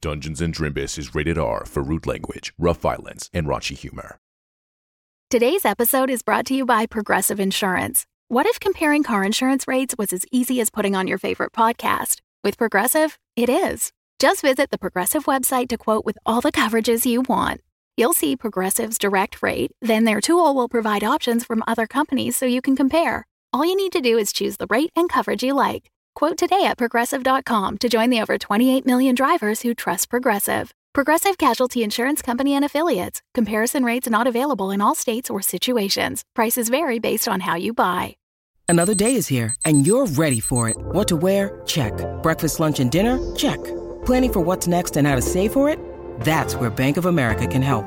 Dungeons and Drimbus is rated R for rude language, rough violence, and raunchy humor. Today's episode is brought to you by Progressive Insurance. What if comparing car insurance rates was as easy as putting on your favorite podcast? With Progressive, it is. Just visit the Progressive website to quote with all the coverages you want. You'll see Progressive's direct rate, then their tool will provide options from other companies so you can compare. All you need to do is choose the rate and coverage you like. Quote today at progressive.com to join the over 28 million drivers who trust Progressive. Progressive Casualty Insurance Company and Affiliates. Comparison rates not available in all states or situations. Prices vary based on how you buy. Another day is here, and you're ready for it. What to wear? Check. Breakfast, lunch, and dinner? Check. Planning for what's next and how to save for it? That's where Bank of America can help.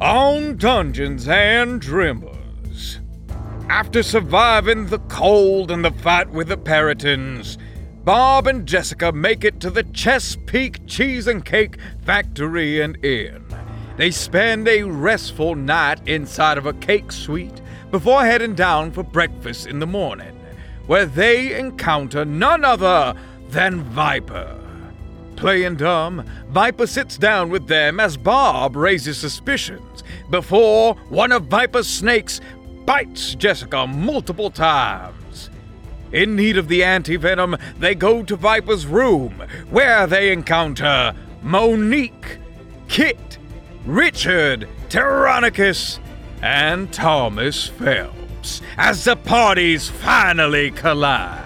on Dungeons and Dreamers. After surviving the cold and the fight with the Paratons, Bob and Jessica make it to the Chesapeake Cheese and Cake Factory and Inn. They spend a restful night inside of a cake suite before heading down for breakfast in the morning, where they encounter none other than Viper. Playing dumb, Viper sits down with them as Bob raises suspicions before one of Viper's snakes bites Jessica multiple times. In need of the anti venom, they go to Viper's room, where they encounter Monique, Kit, Richard, Tyrannicus, and Thomas Phelps as the parties finally collide.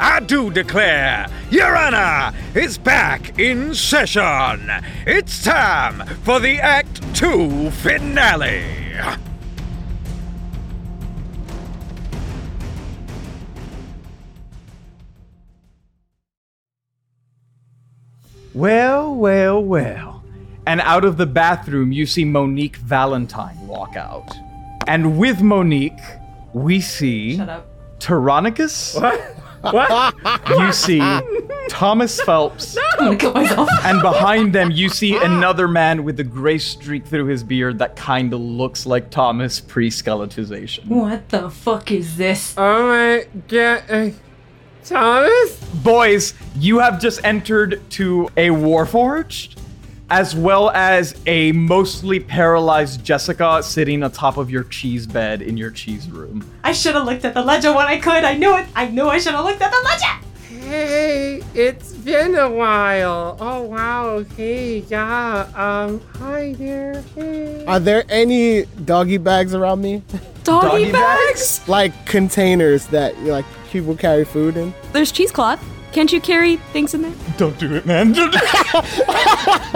I do declare, Your Honor is back in session. It's time for the Act 2 finale. Well, well, well. And out of the bathroom, you see Monique Valentine walk out. And with Monique, we see. Shut up. Tyrannicus? What? You see Thomas Phelps. I'm gonna kill myself. And behind them, you see another man with a gray streak through his beard that kind of looks like Thomas pre skeletization. what the fuck is this? Oh my god, uh, Thomas? Boys, you have just entered to a Warforged, as well as a mostly paralyzed Jessica sitting atop of your cheese bed in your cheese room. I should have looked at the ledger when I could. I knew it. I knew I should have looked at the ledger. Hey, it's been a while. Oh wow. Hey, yeah. Um, hi there. Hey. Are there any doggy bags around me? Doggy, Doggy bags? like containers that you know, like people carry food in? There's cheesecloth. Can't you carry things in there? Don't do it, man.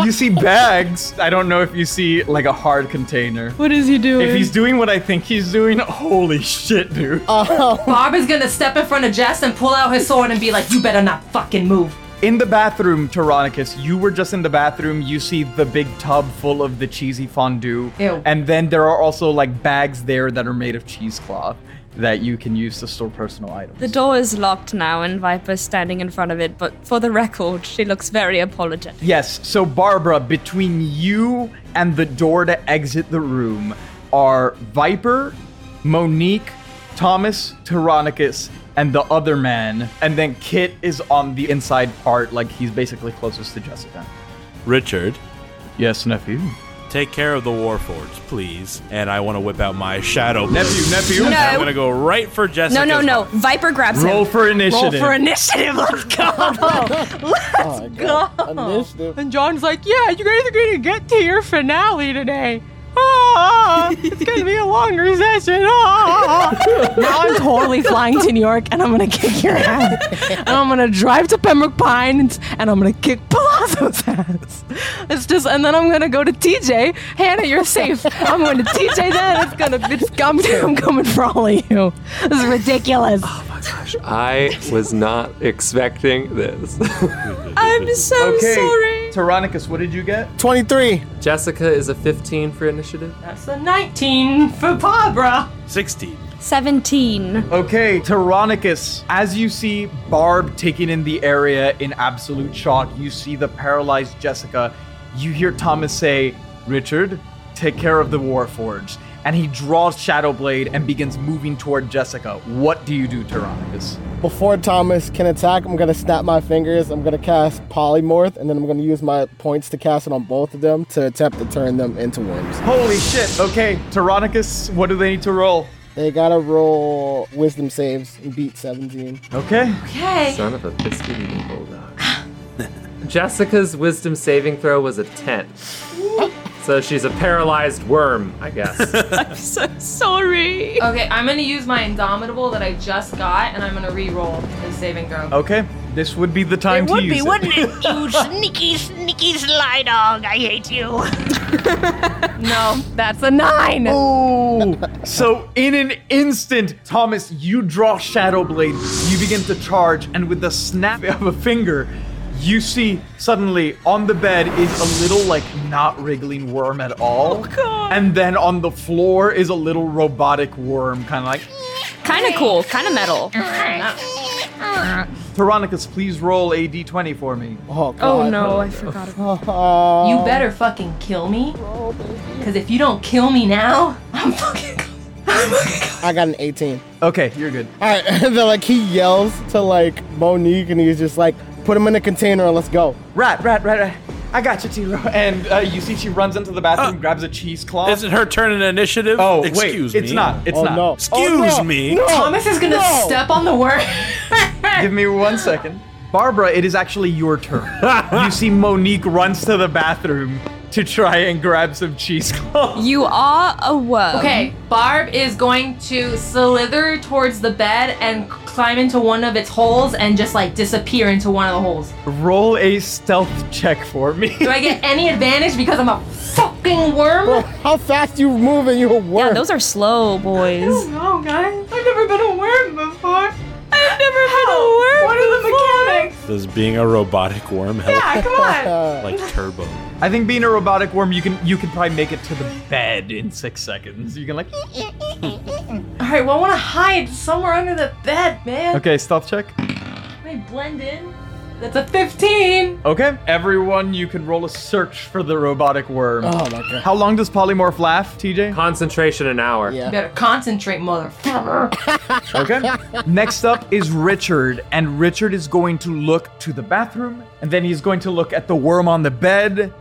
you see bags. I don't know if you see like a hard container. What is he doing? If he's doing what I think he's doing, holy shit, dude. Barb is gonna step in front of Jess and pull out his sword and be like, "You better not fucking move." in the bathroom, Tyrannicus, you were just in the bathroom. You see the big tub full of the cheesy fondue. Ew. And then there are also like bags there that are made of cheesecloth that you can use to store personal items. the door is locked now, and Viper's standing in front of it. But for the record, she looks very apologetic. Yes. So, Barbara, between you and the door to exit the room are Viper, Monique, Thomas, Tyrannicus, and the other man. And then Kit is on the inside part, like he's basically closest to Jessica. Richard, Yes, nephew. take care of the Warforged, please. And I want to whip out my shadow. Nephew, nephew. No. I'm gonna go right for Jessica. No, no, no. Viper grabs Roll him. for initiative. initiative. Let's go. Oh, God. Initiative. And John's like, yeah, you guys are gonna get to your finale today. Ah, Oh, it's gonna be a longer session. Now I'm totally flying to New York and I'm gonna kick your ass. and I'm gonna drive to Pembroke Pines and I'm gonna kick Palazzo's ass. It's just, and then I'm gonna go to TJ. Hannah, you're safe. I'm going to TJ then. It's gonna, it's, I'm, I'm coming for all of you. This is ridiculous. I was not expecting this. I'm so Okay. sorry. Tyrannicus, what did you get? 23. Jessica is a 15 for initiative. That's a 19 for Barbara. 16. 17. Okay, Tyrannicus, as you see Barb taking in the area in absolute shock, you see the paralyzed Jessica. You hear Thomas say, Richard, take care of the Warforged. And he draws Shadowblade and begins moving toward Jessica. What do you do, Tyrannicus? Before Thomas can attack, I'm gonna snap my fingers. I'm gonna cast Polymorph, and then I'm gonna use my points to cast it on both of them to attempt to turn them into worms. Holy shit, okay, Tyrannicus, what do they need to roll? They gotta roll wisdom saves and beat 17. Okay. Okay. Son of a biscuit eating bulldog. Jessica's wisdom saving throw was a 10. So she's a paralyzed worm, I guess. I'm so sorry. Okay, I'm gonna use my Indomitable that I just got, and I'm gonna re-roll the saving throw. Okay, this would be the time to use it. it? You sneaky, sneaky sly dog. I hate you. No, that's a 9. Oh. So in an instant, Thomas, you draw Shadowblade, you begin to charge, and with the snap of a finger, you see suddenly on the bed is a little like not wriggling worm at Oh, all. And then on the floor is a little robotic worm, kind of like Kind of cool. Kind of metal. Oh, Tyrannicus, please roll a d20 for me. Oh, Oh no, I forgot about You better fucking kill me. Oh, Because if you don't kill me now, I'm fucking. I got an 18. Okay, you're good. All right, and then like he yells to like Monique, and he's just like, put him in a container and let's go. Rat, rat, rat, rat. I got you, T-Row. And uh, you see she runs into the bathroom, grabs a cheesecloth. Isn't her turn an initiative? Oh, wait, Excuse it's me. not, it's Oh, not. no. Excuse Oh, no, me. no. Thomas is gonna No. step on the worm. Give me one second. Barbara, it is actually your turn. you see Monique runs to the bathroom to try and grab some cheesecloth. You are a worm. Okay, Barb is going to slither towards the bed and climb into one of its holes and just like disappear into one of the holes. Roll a stealth check for me. Do I get any advantage because I'm a fucking worm? how fast you moving, you a worm. Yeah, those are slow, boys. No, guys. I've never been a worm before. I've never been a worm What are the mechanics? Does being a robotic worm help? on. like turbo. I think being a robotic worm, you can you can probably make it to the bed in six seconds. You can like. All right, well, I want to hide somewhere under the bed, man. Okay, stealth check. Can I blend in? That's a 15. Okay, everyone, you can roll a search for the robotic worm. Oh, my God. How long does polymorph laugh, TJ? Concentration an hour. You better concentrate, motherfucker. Okay. Next up is Richard, and Richard is going to look to the bathroom, and then he's going to look at the worm on the bed,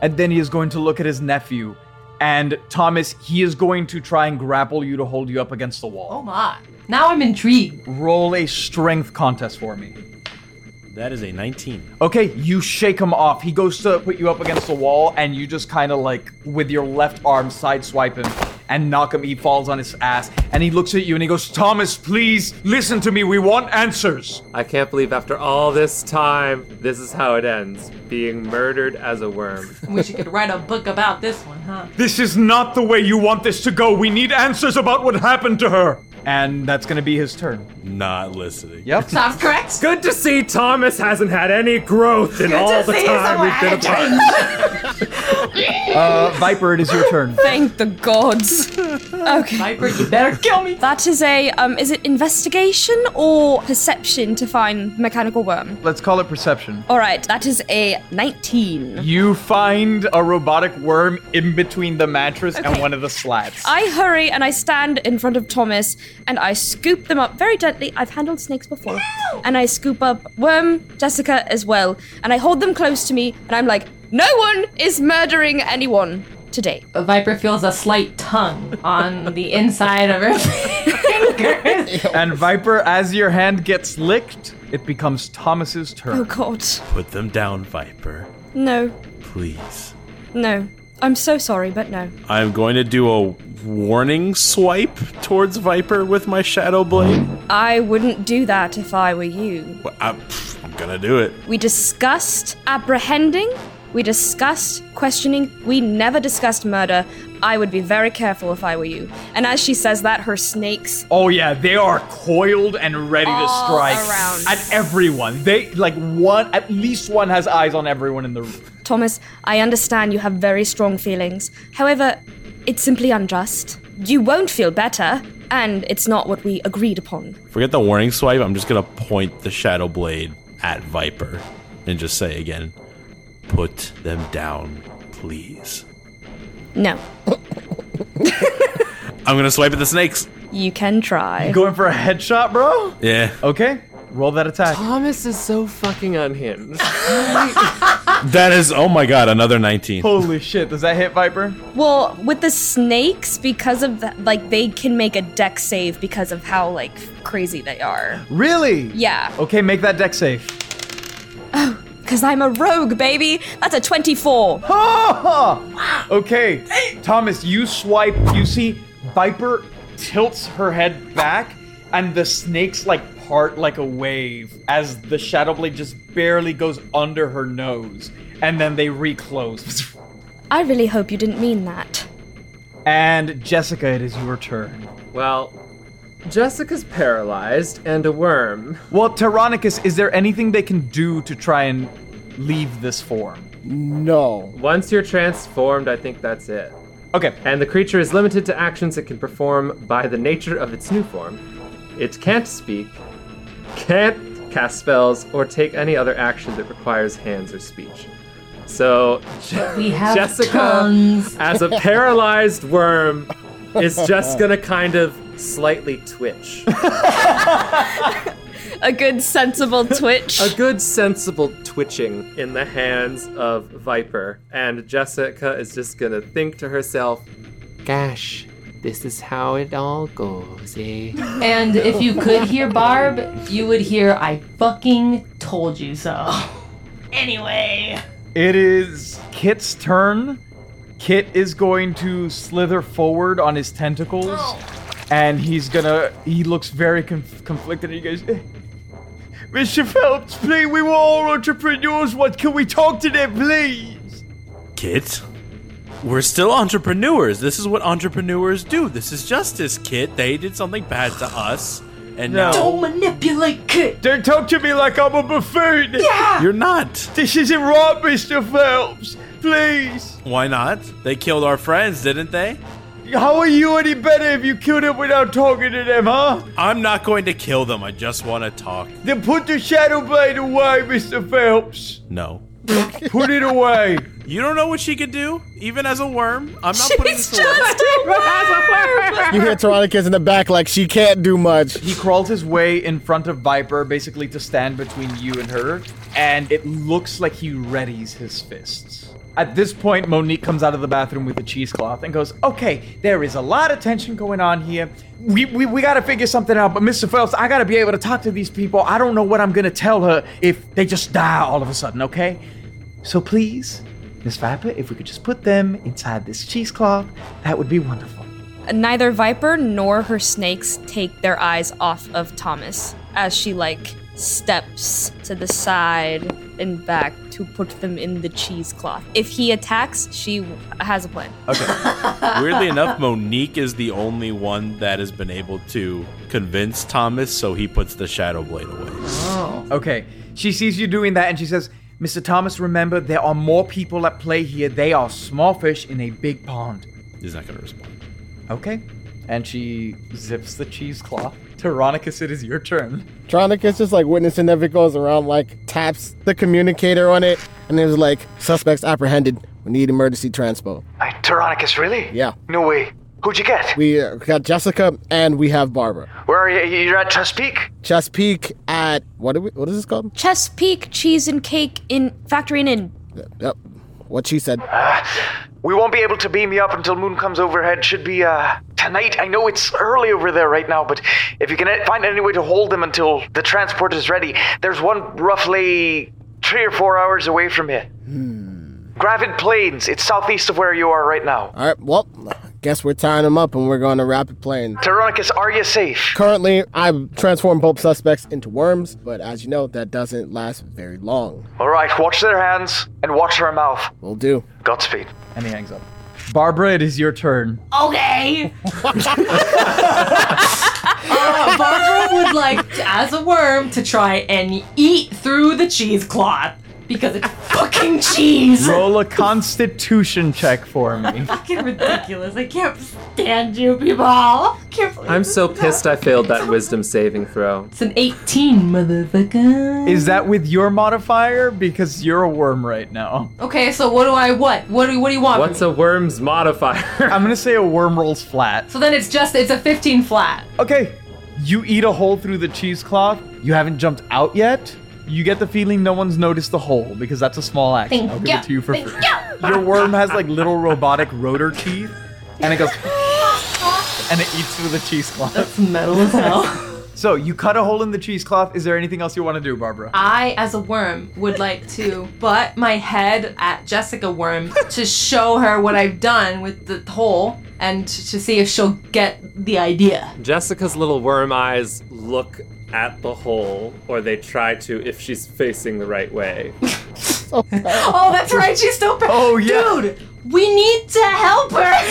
and then he is going to look at his nephew. And Thomas, he is going to try and grapple you to hold you up against the wall. Oh my. Now I'm intrigued. Roll a strength contest for me. That is a 19. Okay, you shake him off. He goes to put you up against the wall, and you just kind of like with your left arm sideswipe him and knock him. He falls on his ass, and he looks at you and he goes, Thomas, please listen to me. We want answers. I can't believe after all this time, this is how it ends being murdered as a worm. Wish you could write a book about this one, huh? This is not the way you want this to go. We need answers about what happened to her. And that's going to be his turn. Not listening. Yep. Sounds correct. Good to see Thomas hasn't had any growth in Good all to the see time we've been someone apart. Uh, Viper, it is your turn. Thank the gods. Okay. Viper, you better kill me. That is a um is it investigation or perception to find mechanical worm? Let's call it perception. All right, that is a 19. You find a robotic worm in between the mattress and one of the slats. I hurry and I stand in front of Thomas and I scoop them up very gently. I've handled snakes before. And I scoop up Worm, Jessica as well. And I hold them close to me and I'm like, no one is murdering anyone today. A Viper feels a slight tongue on the inside of her fingers. And Viper, as your hand gets licked, it becomes Thomas's Oh turn. god. Put them down, Viper. No, Please. no. I'm so sorry, but no. I'm going to do a warning swipe towards Viper with my Shadow Blade. I wouldn't do that if I were you. Well, I, pff, I'm gonna do it. We discussed apprehending We discussed questioning. We never discussed murder. I would be very careful if I were you. And as she says that, her snakes Oh yeah, they are coiled and ready to strike at everyone. They like one, at least one has eyes on everyone in the room. Thomas, I understand you have very strong feelings. However, it's simply unjust. You won't feel better, and it's not what we agreed upon. Forget the warning swipe. I'm just gonna point the shadow blade at Viper and just say again, "Put them down, please." No, I'm gonna swipe at the snakes. you can try. Going for a headshot, bro? Yeah. Okay, roll that attack. Thomas is so fucking unhinged. That is, oh my god, another 19. Holy shit, does that hit Viper? Well, with the snakes, because of that, like they can make a deck save because of how like crazy they are. Really? Yeah, Okay, make that deck safe. because I'm a rogue, baby. That's a twenty-four. Okay, Thomas, you swipe. You see, Viper tilts her head back, and the snakes like part like a wave as the shadow blade just barely goes under her nose, and then they reclose. I really hope you didn't mean that. And Jessica, it is your turn. Well, Jessica's paralyzed and a worm. Well, Tyrannicus, is there anything they can do to try and leave this form? No. Once you're transformed, I think that's it. Okay. And the creature is limited to actions it can perform by the nature of its new form. It can't speak, can't cast spells, or take any other action that requires hands or speech. So, Je- We have Jessica, tongues. as a paralyzed worm, is just gonna kind of slightly twitch. A good sensible twitch. A good sensible twitching in the hands of Viper, and Jessica is just gonna think to herself, "Gosh, this is how it all goes, eh?" And if you could hear Barb, you would hear, I fucking told you so. Anyway. It is Kit's turn. Kit is going to slither forward on his tentacles, and he's gonna. He looks very conf- conflicted. And he goes, "Eh, "Mr. Phelps, please, we were all entrepreneurs. What can we talk to them, please?" Kit, we're still entrepreneurs. This is what entrepreneurs do. This is justice, Kit. They did something bad to us, and now manipulate Kit. Don't talk to me like I'm a buffoon. Ah! Yeah. you're not. This isn't right, Mr. Phelps. Please. Why not? They killed our friends, didn't they? How are you any better if you killed them without talking to them, huh? I'm not going to kill them. I just want to talk. Then put the shadow blade away, Mr. Phelps. No. Put it away. You don't know what she could do, even as a worm. I'm not putting this away. You hear Tyrannicus in the back like she can't do much. He crawls his way in front of Viper, basically to stand between you and her, and it looks like he readies his fists. At this point, Monique comes out of the bathroom with a cheesecloth and goes, Okay, there is a lot of tension going on here. We, we, we gotta figure something out, but Mr. Phelps, I gotta be able to talk to these people. I don't know what I'm gonna tell her if they just die all of a sudden, okay? So please, Miss Viper, if we could just put them inside this cheesecloth, that would be wonderful. Neither Viper nor her snakes take their eyes off of Thomas as she like steps to the side and back to put them in the cheesecloth. If he attacks, she w- has a plan. Weirdly enough, Monique is the only one that has been able to convince Thomas, so he puts the shadow blade away. Oh. Okay. She sees you doing that and she says, Mr. Thomas, remember, there are more people at play here. They are small fish in a big pond. He's not gonna respond. Okay. And she zips the cheesecloth. Tyrannicus, it is your turn. Tronica's just like witnessing everything goes around, like taps the communicator on it, and it was like, suspects apprehended. We need emergency transport. Hey, Tyrannicus, really? Yeah. No way. Who'd you get? We uh, got Jessica and we have Barbara. Where are you? You're at Chesapeake? Chesapeake at what? Are we, what is this called? Chesapeake Cheese and Cake in Factory and Inn. Yep. What she said. We won't be able to beam you up until moon comes overhead. Should be, uh, tonight. I know it's early over there right now, but if you can e-, find any way to hold them until the transport is ready, there's one roughly three or four hours away from here. Hmm. Gravid Plains. It's southeast of where you are right now. All right. Well, Guess we're tying them up and we're going to rapid plane. Tyrannicus, are you safe? Currently, I've transformed both suspects into worms, but as you know, that doesn't last very long. All right, watch their hands and watch their mouth. Will do. Godspeed. And he hangs up. Barbara, it is your turn. Okay. Uh, Barbara would like, as a worm, to try and eat through the cheesecloth because it's fucking cheese. Roll a constitution check for me. Fucking ridiculous. I can't stand you people. Can't believe I'm so pissed I failed that wisdom saving throw. It's an 18, motherfucker. Is that with your modifier? Because you're a worm right now. Okay, so what do I what? What do what do you want? from me? a worm's modifier? I'm gonna say a worm rolls flat. so then it's just it's a 15 flat. Okay, you eat a hole through the cheesecloth. You haven't jumped out yet. You get the feeling no one's noticed the hole because that's a small action. Thank I'll give you. it to you for Thank free. Your worm has like little robotic rotor teeth, and it goes and it eats through the cheesecloth. That's metal as hell. so you cut a hole in the cheesecloth. Is there anything else you want to do, Barbara? I, as a worm, would like to butt my head at Jessica Worm to show her what I've done with the hole and t- to see if she'll get the idea. Jessica's little worm eyes look at the hole, or they try to if she's facing the right way. oh, that's right, she's still. Pa- oh yeah, dude, we need to help her.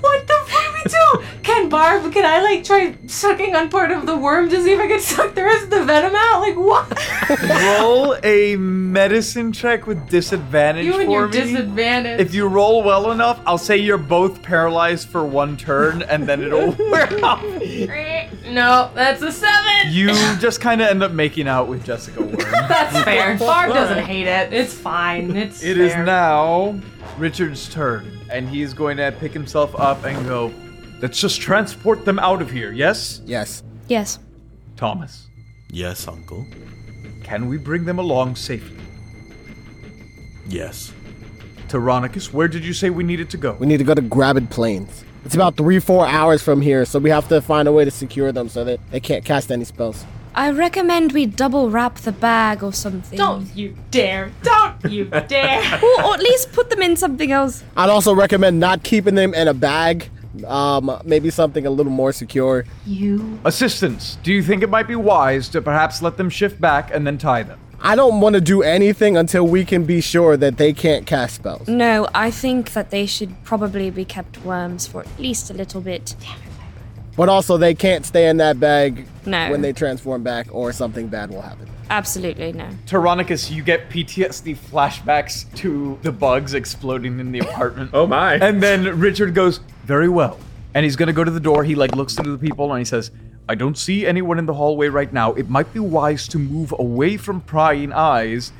what the fuck we do? Can Barb? Can I like try sucking on part of the worm to see if I can suck the rest of the venom out? Like what? roll a medicine check with disadvantage You and for your me. disadvantage. If you roll well enough, I'll say you're both paralyzed for one turn, and then it'll wear off. no, that's a seven. You just kind of end up making out with Jessica Ward. That's fair. Barb doesn't hate it. It's fine. It's It fair. is now Richard's turn, and he's going to pick himself up and go. Let's just transport them out of here. Yes. Yes. Yes. Thomas. Yes, Uncle. Can we bring them along safely? Yes. Tyrannicus, where did you say we needed to go? We need to go to Gravid Plains. It's about three, four hours from here, so we have to find a way to secure them so that they can't cast any spells. I recommend we double wrap the bag or something. Don't you dare! Don't you dare! or, or at least put them in something else. I'd also recommend not keeping them in a bag. Um, maybe something a little more secure. You. Assistants, do you think it might be wise to perhaps let them shift back and then tie them? I don't want to do anything until we can be sure that they can't cast spells. No, I think that they should probably be kept worms for at least a little bit. But also, they can't stay in that bag No. when they transform back, or something bad will happen. Absolutely no. Tyrannicus, you get PTSD flashbacks to the bugs exploding in the apartment. oh my. And then Richard goes, Very well. And he's gonna go to the door. He like looks into the people and he says, I don't see anyone in the hallway right now. It might be wise to move away from prying eyes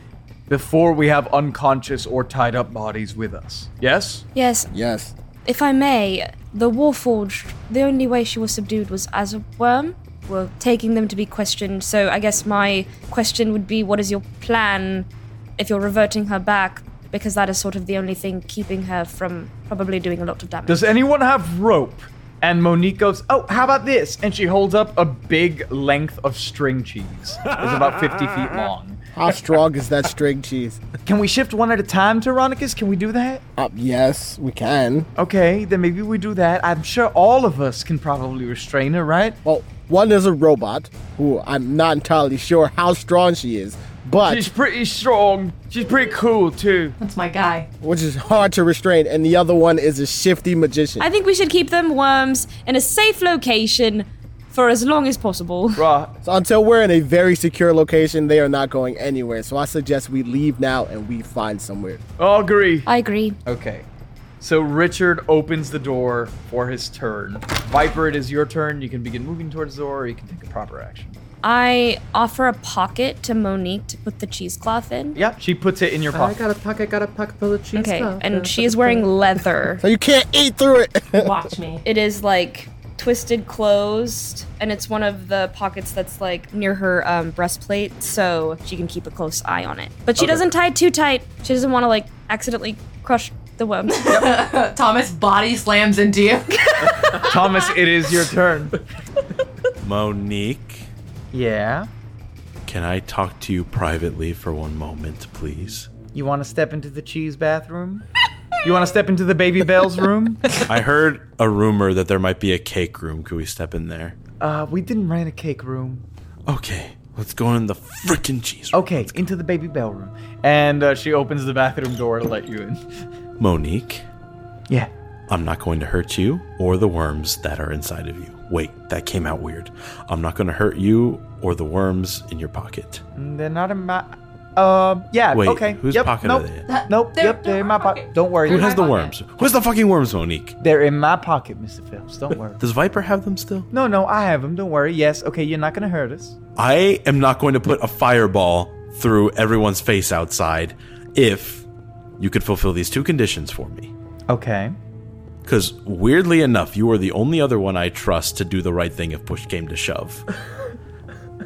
before we have unconscious or tied up bodies with us. Yes? Yes, Yes. if I may, the Warforged, the only way she was subdued was as a worm. We're taking them to be questioned, so I guess my question would be what is your plan if you're reverting her back? Because that is sort of the only thing keeping her from probably doing a lot of damage. Does anyone have rope? And Monique goes, Oh, how about this? And she holds up a big length of string cheese. It's about 50 feet long. How strong is that string cheese? Can we shift one at a time, Tyrannicus? Can we do that? Uh, yes, we can. Okay, then maybe we do that. I'm sure all of us can probably restrain her, right? Well, one is a robot who I'm not entirely sure how strong she is, but She's pretty strong. She's pretty cool too. That's my guy. which is hard to restrain, and the other one is a shifty magician. I think we should keep them worms in a safe location for as long as possible. So until we're in a very secure location, they are not going anywhere. So I suggest we leave now and we find somewhere. I'll agree. I agree. Okay. So Richard opens the door for his turn. Viper, it is your turn. You can begin moving towards the door, or you can take a proper action. I offer a pocket to Monique to put the cheesecloth in. Yep. She puts it in your I pocket. got a pocket, got a pocket full of Okay, and she is wearing leather. So you can't eat through it. Watch me. It is like twisted closed, and it's one of the pockets that's like near her um, breastplate, so she can keep a close eye on it. But she Okay. doesn't tie too tight. She doesn't want to like accidentally crush the worm. Thomas body slams into you. Thomas, it is your turn. Monique, Yeah. can I talk to you privately for one moment, please? You want to step into the cheese bathroom? You want to step into the baby Belle's room? I heard a rumor that there might be a cake room. Could we step in there? Uh, we didn't rent a cake room. Okay, let's go in the freaking cheese. Okay, into the baby Belle room. And uh, she opens the bathroom door to let you in. Monique. Yeah. I'm not going to hurt you or the worms that are inside of you. Wait, that came out weird. I'm not going to hurt you or the worms in your pocket. Mm, They're not in my. Um. Yeah. Wait, okay. whose yep, pocket are nope. they in? Nope. yep. They're in my pocket. Don't worry. Who has the worms? Who has the fucking worms, Monique? They're in my pocket, Mr. Phelps. Don't worry. Does Viper have them still? No, no, I have them. Don't worry. Yes. Okay, you're not gonna hurt us. I am not going to put a fireball through everyone's face outside if you could fulfill these two conditions for me. Okay. Because weirdly enough, you are the only other one I trust to do the right thing if push came to shove.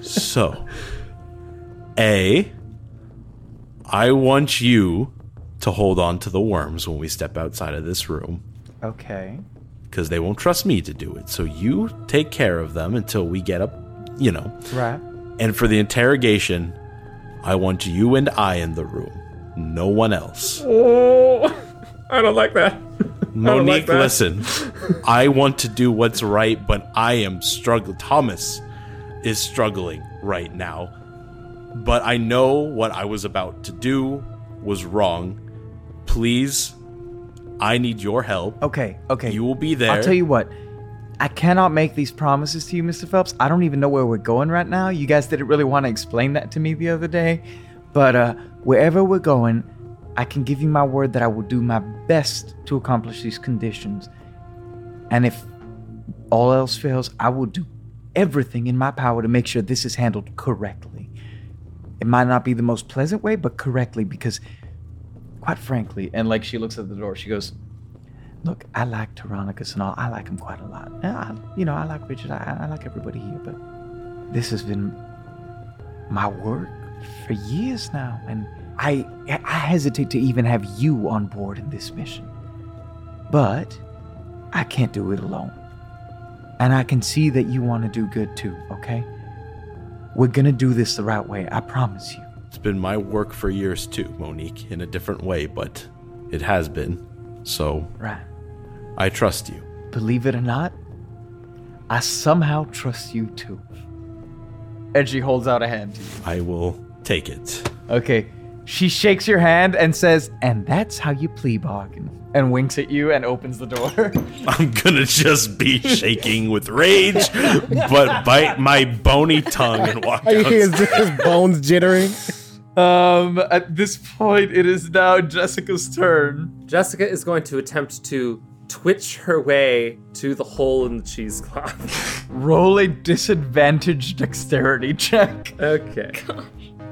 so, A, I want you to hold on to the worms when we step outside of this room Okay. because they won't trust me to do it. So, you take care of them until we get up, you know. Right. And for the interrogation, I want you and I in the room, no one else. Oh, I don't like that. don't Oh, like Monique, that. listen. I want to do what's right, but I am struggling. Thomas is struggling right now. But I know what I was about to do was wrong. Please, I need your help. Okay. Okay. You will be there. I'll tell you what. I cannot make these promises to you, Mr. Phelps. I don't even know where we're going right now. You guys didn't really want to explain that to me the other day. But uh, wherever we're going, I can give you my word that I will do my best to accomplish these conditions. And if all else fails, I will do everything in my power to make sure this is handled correctly. It might not be the most pleasant way, but correctly, because quite frankly, and like she looks at the door, she goes, Look, I like Tyrannicus and all. I like him quite a lot. And I, you know, I like Richard. I, I like everybody here, but this has been my work for years now, and I I hesitate to even have you on board in this mission. But I can't do it alone. And I can see that you want to do good too, okay? We're gonna do this the right way, I promise you. It's been my work for years too, Monique, in a different way, but it has been. So Right. I trust you. Believe it or not, I somehow trust you too. And she holds out a hand to you. I will take it. Okay. She shakes your hand and says, And that's how you plea bargain. And winks at you and opens the door. I'm gonna just be shaking with rage, but bite my bony tongue and walk Are you out. his, his bones jittering? Um, at this point, it is now Jessica's turn. Jessica is going to attempt to twitch her way to the hole in the cheesecloth. Roll a disadvantage dexterity check. Okay.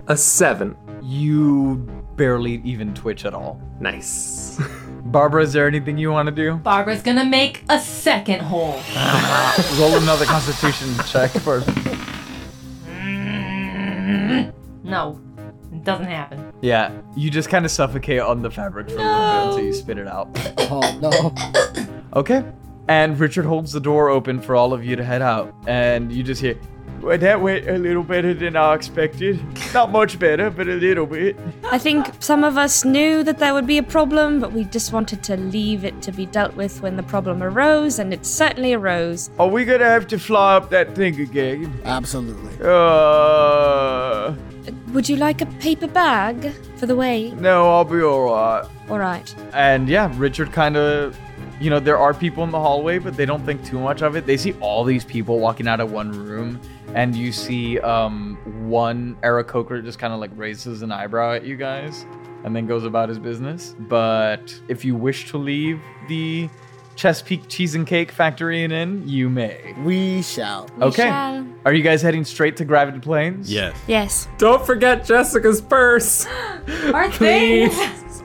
A seven. You barely even twitch at all. Nice. Barbara, is there anything you want to do? Barbara's gonna make a second hole. Roll another constitution check for. No, it doesn't happen. Yeah, you just kind of suffocate on the fabric for a little bit until you spit it out. Oh no. Okay. And Richard holds the door open for all of you to head out. And you just hear, well, that went a little better than I expected. Not much better, but a little bit. I think some of us knew that there would be a problem, but we just wanted to leave it to be dealt with when the problem arose, and it certainly arose. Are we gonna have to fly up that thing again? Absolutely. Uh, Would you like a paper bag for the way? no, I'll be alright. All right. And yeah, Richard kind of, you know, there are people in the hallway, but they don't think too much of it. They see all these people walking out of one room, and you see um, one Eric Coker just kind of like raises an eyebrow at you guys, and then goes about his business. But if you wish to leave the Chesapeake Cheese and Cake Factory and Inn, you may. We shall. okay. shall. Are you guys heading straight to Gravity Plains? Yes. Yes. Don't forget Jessica's purse. Our Please.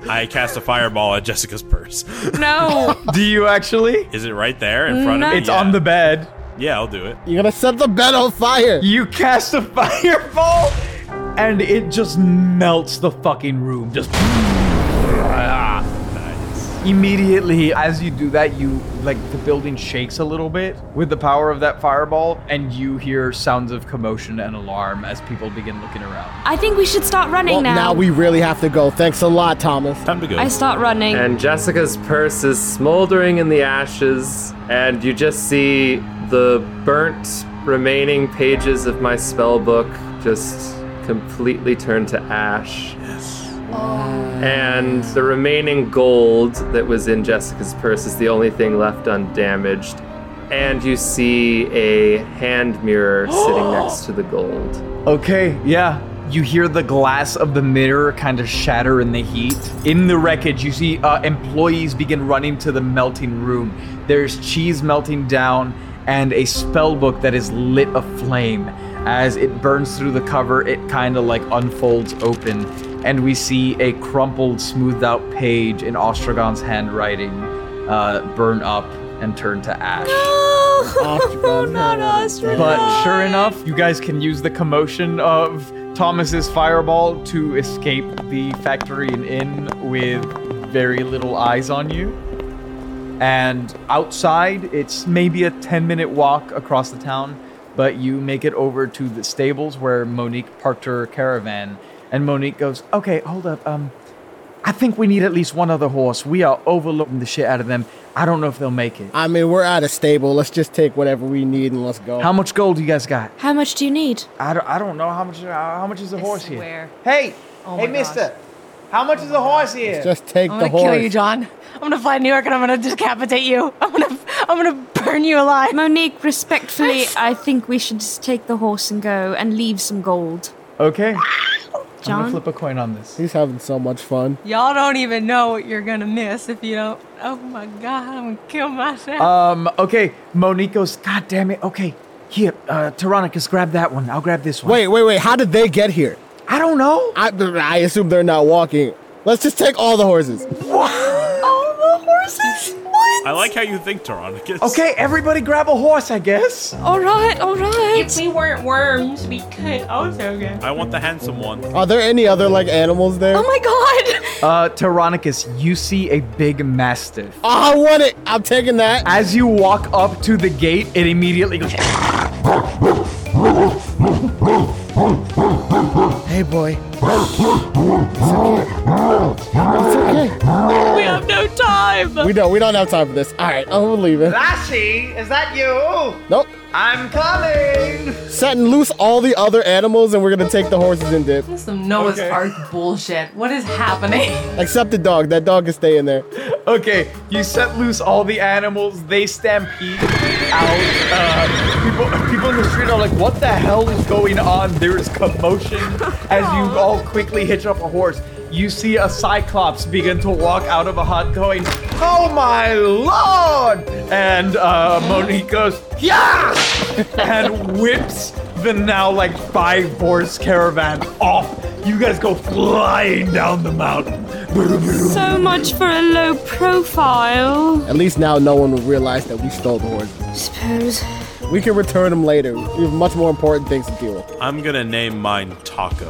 I cast a fireball at Jessica's purse. No. Do you actually? Is it right there in front of me? It's on the bed. Yeah, I'll do it. You're gonna set the bed on fire. You cast a fireball, and it just melts the fucking room. Just. Nice. Immediately, as you do that, you like the building shakes a little bit with the power of that fireball, and you hear sounds of commotion and alarm as people begin looking around. I think we should start running Well, now. now we really have to go. Thanks a lot, Thomas. Time to go. I start running. And Jessica's purse is smoldering in the ashes, and you just see the burnt remaining pages of my spell book just completely turn to ash. Yes. And the remaining gold that was in Jessica's purse is the only thing left undamaged. And you see a hand mirror sitting next to the gold. Okay, yeah. You hear the glass of the mirror kind of shatter in the heat. In the wreckage, you see uh, employees begin running to the melting room. There's cheese melting down and a spell book that is lit aflame. As it burns through the cover, it kind of like unfolds open, and we see a crumpled, smoothed out page in Ostrogon's handwriting uh, burn up and turn to ash. not Ostrogon. But sure enough, you guys can use the commotion of Thomas's fireball to escape the factory and inn with very little eyes on you. And outside, it's maybe a 10 minute walk across the town, but you make it over to the stables where Monique parked her caravan. And Monique goes, Okay, hold up. Um, I think we need at least one other horse. We are overloading the shit out of them. I don't know if they'll make it. I mean, we're at a stable. Let's just take whatever we need and let's go. How much gold do you guys got? How much do you need? I don't, I don't know how much uh, how much is a horse swear. Oh here. Hey, hey, my mister, how much is a horse here? just take I'm the gonna horse. kill you, John. I'm gonna fly to New York and I'm gonna decapitate you. I'm gonna, I'm gonna burn you alive. Monique, respectfully, I think we should just take the horse and go and leave some gold. Okay. John? I'm gonna flip a coin on this. He's having so much fun. Y'all don't even know what you're gonna miss if you don't. Oh my God, I'm gonna kill myself. Uh, Um. Okay. Monique goes. God damn it. Okay. Here, uh, Tyrannicus, grab that one. I'll grab this one. Wait, wait, wait. How did they get here? I don't know. I, I assume they're not walking. Let's just take all the horses. All the horses? What? I like how you think, Tyrannicus. Okay, everybody, grab a horse. I guess. All right, all right. If we weren't worms, we could also get. I want the handsome one. Are there any other like animals there? Oh my god! Uh, Tyrannicus, you see a big mastiff. Ah. I want it. I'm taking that. As you walk up to the gate, it immediately goes. Hey, boy. we have no time. We don't. We don't have time for this. All right, I'm leaving. Lassie, is that you? Nope. I'm coming. Setting loose all the other animals, and we're gonna take the horses and dip. Some Noah's Ark bullshit. What is happening? Except the dog. That dog is staying there. Okay, you set loose all the animals. They stampede out. Uh, people, people in the street are like, "What the hell is going on?" There is commotion as you all quickly hitch up a horse. You see a cyclops begin to walk out of a hut, going, "Oh my lord!" And uh, Monique goes, "Yeah!" and whips the now like five horse caravan off. You guys go flying down the mountain. So much for a low profile. At least now no one will realize that we stole the horses. Suppose. We can return them later. We have much more important things to deal with. I'm gonna name mine Taco.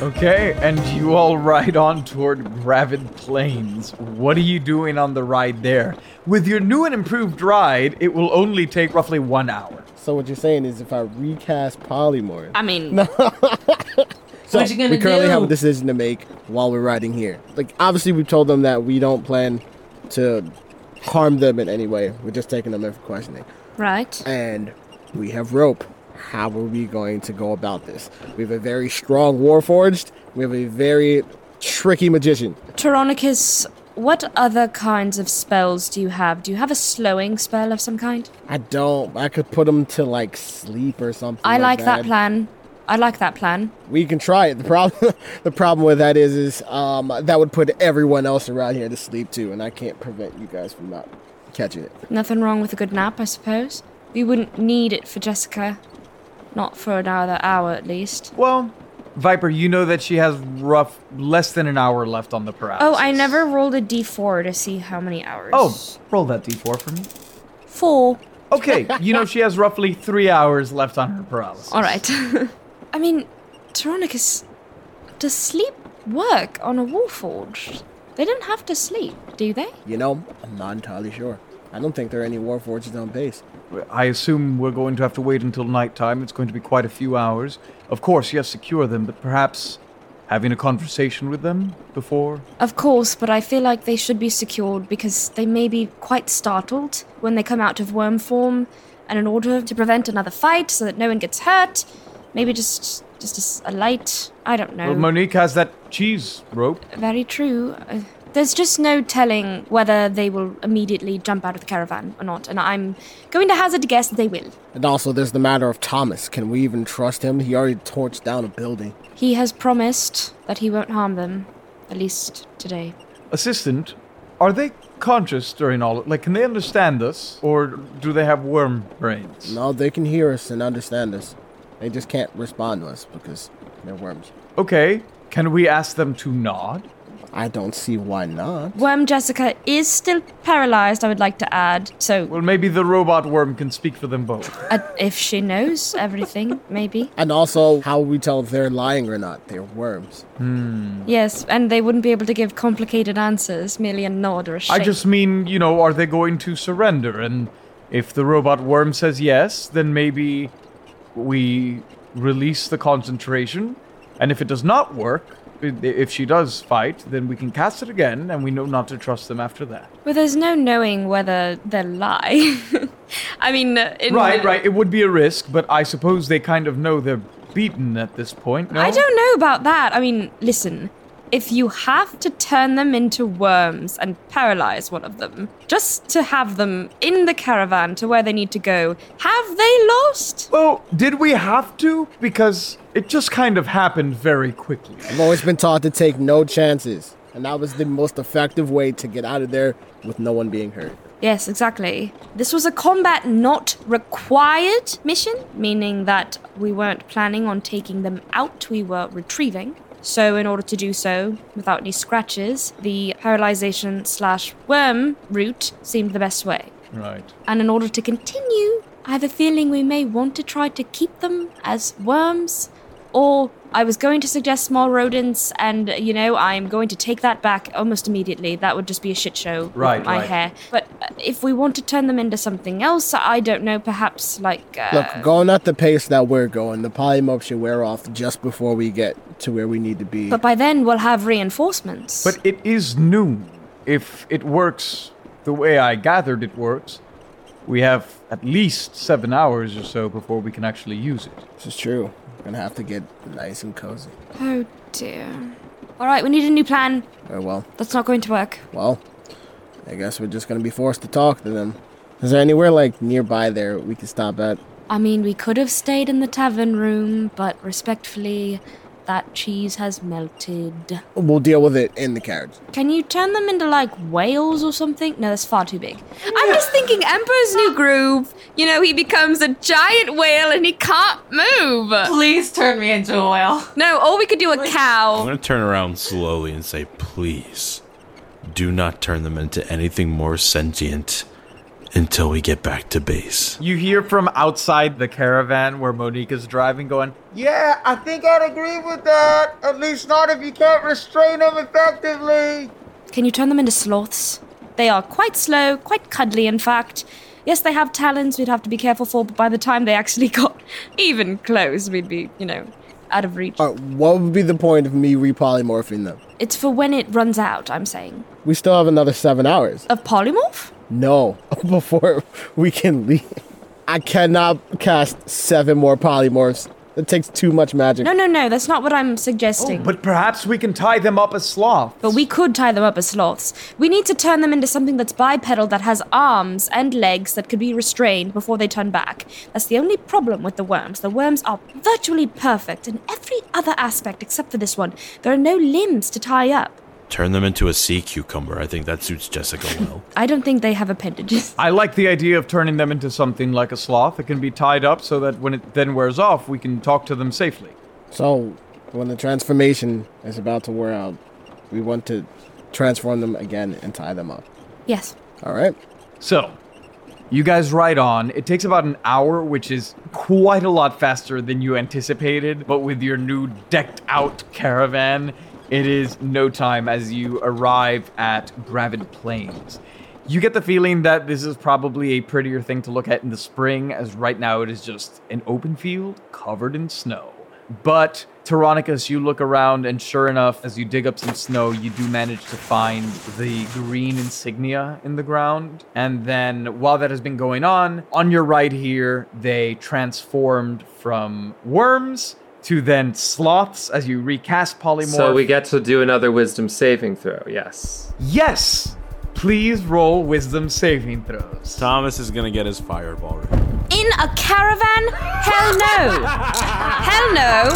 Okay, and you all ride on toward Gravid Plains. What are you doing on the ride there? With your new and improved ride, it will only take roughly one hour. So what you're saying is, if I recast Polymorph, I mean, so What you gonna we currently do? have a decision to make while we're riding here. Like, obviously, we told them that we don't plan to harm them in any way. We're just taking them in for questioning. right. and we have rope. How are we going to go about this? We have a very strong warforged. We have a very tricky magician. Tyrannicus, what other kinds of spells do you have? Do you have a slowing spell of some kind? I don't. I could put him to like sleep or something. I like that plan. plan. I like that plan. We can try it. The problem, the problem with that is, is um, that would put everyone else around here to sleep too, and I can't prevent you guys from not catching it. Nothing wrong with a good nap, I suppose. We wouldn't need it for Jessica. Not for another hour, at least. Well. Viper, you know that she has rough less than an hour left on the paralysis. Oh, I never rolled a d4 to see how many hours. Oh, roll that d4 for me. Four. Okay, you know she has roughly three hours left on her paralysis. All right. I mean, Tyrannicus, does sleep work on a warforged? They don't have to sleep, do they? You know, I'm not entirely sure. I don't think there are any warforges on base. I assume we're going to have to wait until nighttime. It's going to be quite a few hours. Of course, yes, secure them, but perhaps having a conversation with them before. Of course, but I feel like they should be secured because they may be quite startled when they come out of worm form. And in order to prevent another fight so that no one gets hurt, maybe just just a s- a light. I don't know. Well, Monique has that cheese rope. Very true. Uh, There's just no telling whether they will immediately jump out of the caravan or not, and I'm going to hazard a guess that they will. And also, there's the matter of Thomas. Can we even trust him? He already torched down a building. He has promised that he won't harm them, at least today. Assistant, are they conscious during all? Like, can they understand us, or do they have worm brains? No, they can hear us and understand us. They just can't respond to us because they're worms. Okay, can we ask them to nod? I don't see why not. Worm Jessica is still paralyzed, I would like to add, so Well, maybe the robot worm can speak for them both. uh, if she knows everything, maybe. And also, how will we tell if they're lying or not? They're worms. Hmm. Yes, and they wouldn't be able to give complicated answers, merely a nod or a shake. I just mean, you know, are they going to surrender? And if the robot worm says yes, then maybe we release the concentration. And if it does not work, i- if she does fight, then we can cast it again, and we know not to trust them after that. Well, there's no knowing whether they'll lie. I mean, uh, in right, right. It would be a risk, but I suppose they kind of know they're beaten at this point. No? I don't know about that. I mean, listen, if you have to turn them into worms and paralyze one of them just to have them in the caravan to where they need to go, have they lost? Well, Oh, did we have to? Because it just kind of happened very quickly. I've always been taught to take no chances, and that was the most effective way to get out of there with no one being hurt. Yes, exactly. This was a combat not required mission, meaning that we weren't planning on taking them out, we were retrieving. So, in order to do so without any scratches, the paralyzation slash worm route seemed the best way. Right. And in order to continue, I have a feeling we may want to try to keep them as worms. Or I was going to suggest small rodents, and you know, I'm going to take that back almost immediately. That would just be a shit show Right, with my right. hair. But uh, if we want to turn them into something else, I don't know, perhaps like. Uh, Look, going at the pace that we're going, the polymorph should wear off just before we get to where we need to be. But by then, we'll have reinforcements. But it is noon. If it works the way I gathered it works, we have at least seven hours or so before we can actually use it. This is true. We're gonna have to get nice and cozy. Oh dear. Alright, we need a new plan. Very Oh, well. That's not going to work. Well, I guess we're just gonna be forced to talk to them. Is there anywhere like nearby there we can stop at? I mean, we could have stayed in the tavern room, but respectfully, that cheese has melted. We'll deal with it in the carriage. Can you turn them into like whales or something? No, that's far too big. I'm just thinking Emperor's New Groove. You know, he becomes a giant whale and he can't move. Please turn me into a whale. No, or we could do a I'm cow. going to turn around slowly and say, please do not turn them into anything more sentient until we get back to base. You hear from outside the caravan where Monique is driving, going, Yeah, I think I'd agree with that. At least not if you can't restrain them effectively. Can you turn them into sloths? They are quite slow, quite cuddly, in fact. Yes, they have talons we'd have to be careful for, but by the time they actually got even close, we'd be, you know, out of reach. Uh, what would be the point of me repolymorphing them? It's for when it runs out, I'm saying. We still have another seven hours. Of polymorph? No, before we can leave. I cannot cast seven more polymorphs It takes too much magic. No, no, no. That's not what I'm suggesting. But perhaps we can tie them up as sloth. But we could tie them up as sloths. We need to turn them into something that's bipedal that has arms and legs that could be restrained before they turn back. That's the only problem with the worms. The worms are virtually perfect in every other aspect except for this one. There are no limbs to tie up. Turn them into a sea cucumber. I think that suits Jessica well. I don't think they have appendages. I like the idea of turning them into something like a sloth. It can be tied up so that when it then wears off, we can talk to them safely. So, when the transformation is about to wear out, we want to transform them again and tie them up. Yes. All right. So, you guys ride on. It takes about an hour, which is quite a lot faster than you anticipated, but with your new decked out caravan, it is no time as you arrive at Gravid Plains. You get the feeling that this is probably a prettier thing to look at in the spring, as right now it is just an open field covered in snow. But Tyrannicus, you look around, and sure enough, as you dig up some snow, you do manage to find the green insignia in the ground. And then, while that has been going on, on your right here, they transformed from worms to then sloths as you recast polymorph. So we get to do another wisdom saving throw, yes. Yes! Please roll wisdom saving throws. Thomas is gonna get his fireball. In a caravan? Hell no! Hell no!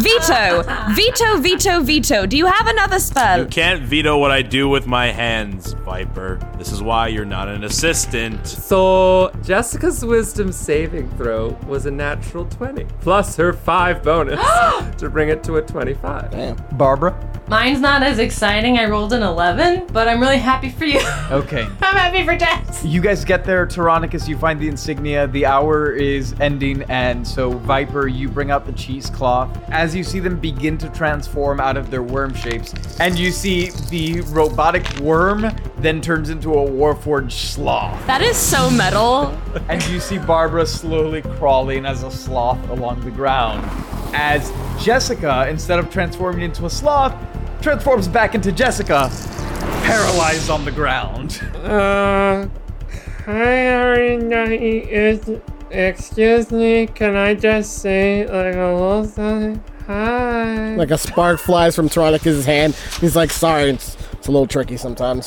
Veto! Veto, veto, veto. Do you have another spell? You can't veto what I do with my hands, Viper. This is why you're not an assistant. So Jessica's wisdom saving throw was a natural 20, plus her 5 bonus to bring it to a 25. Barbara? Mine's not as exciting. I rolled an 11, but I'm really happy for you. Okay. I'm happy for Jess. You guys get there, Tyrannicus, you find the insignia, the hour is ending, and so Viper, you bring out the cheesecloth. As you see them begin to transform out of their worm shapes, and you see the robotic worm then turns into a warforged sloth. That is so metal. and you see Barbara slowly crawling as a sloth along the ground. As Jessica, instead of transforming into a sloth, transforms back into Jessica, paralyzed on the ground. Uh, hi, everybody. It's, excuse me, can I just say, like, a little something? Hi. Like a spark flies from Tyrannicus' hand. He's like, sorry, it's, it's a little tricky sometimes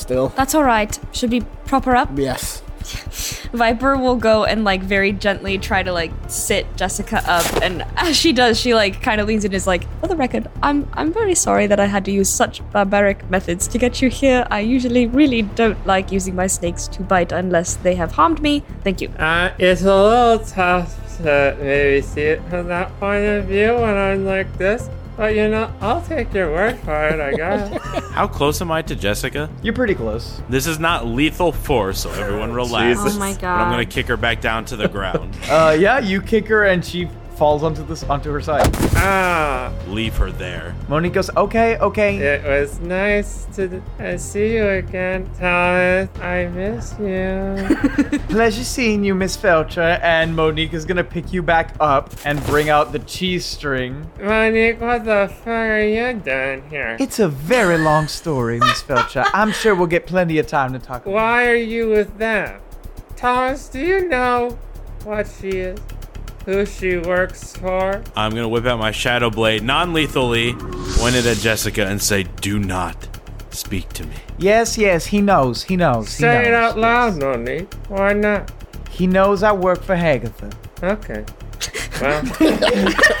still. That's all right. Should we prop her up? Yes. Viper will go and like very gently try to like sit Jessica up, and as she does, she like kind of leans in and is like, "For the record, I'm I'm very sorry that I had to use such barbaric methods to get you here. I usually really don't like using my snakes to bite unless they have harmed me. Thank you." Uh, it's a little tough to maybe see it from that point of view when I'm like this, but you know, I'll take your word for it, I guess. How close am I to Jessica? You're pretty close. This is not lethal force, so everyone relax. Jesus. Oh my But I'm gonna God. kick her back down to the ground. Uh, yeah, you kick her and she falls onto this onto her side. Ah. Leave her there. Monique goes, okay, okay. It was nice to uh, see you again, Thomas. I miss you. Pleasure seeing you, Miss Felcher. And Monique is gonna pick you back up and bring out the cheese string. Monique, what the fuck are you doing here? It's a very long story, Miss Felcher. I'm sure we'll get plenty of time to talk. Why are you with them? Thomas, do you know what she is? Who she works for? I'm gonna whip out my shadow blade non-lethally, point it at Jessica, and say, "Do not speak to me." Yes, yes, he knows, he knows, he Say it knows. out loud, Monique. Why not? He knows I work for Hagatha. Okay. Well,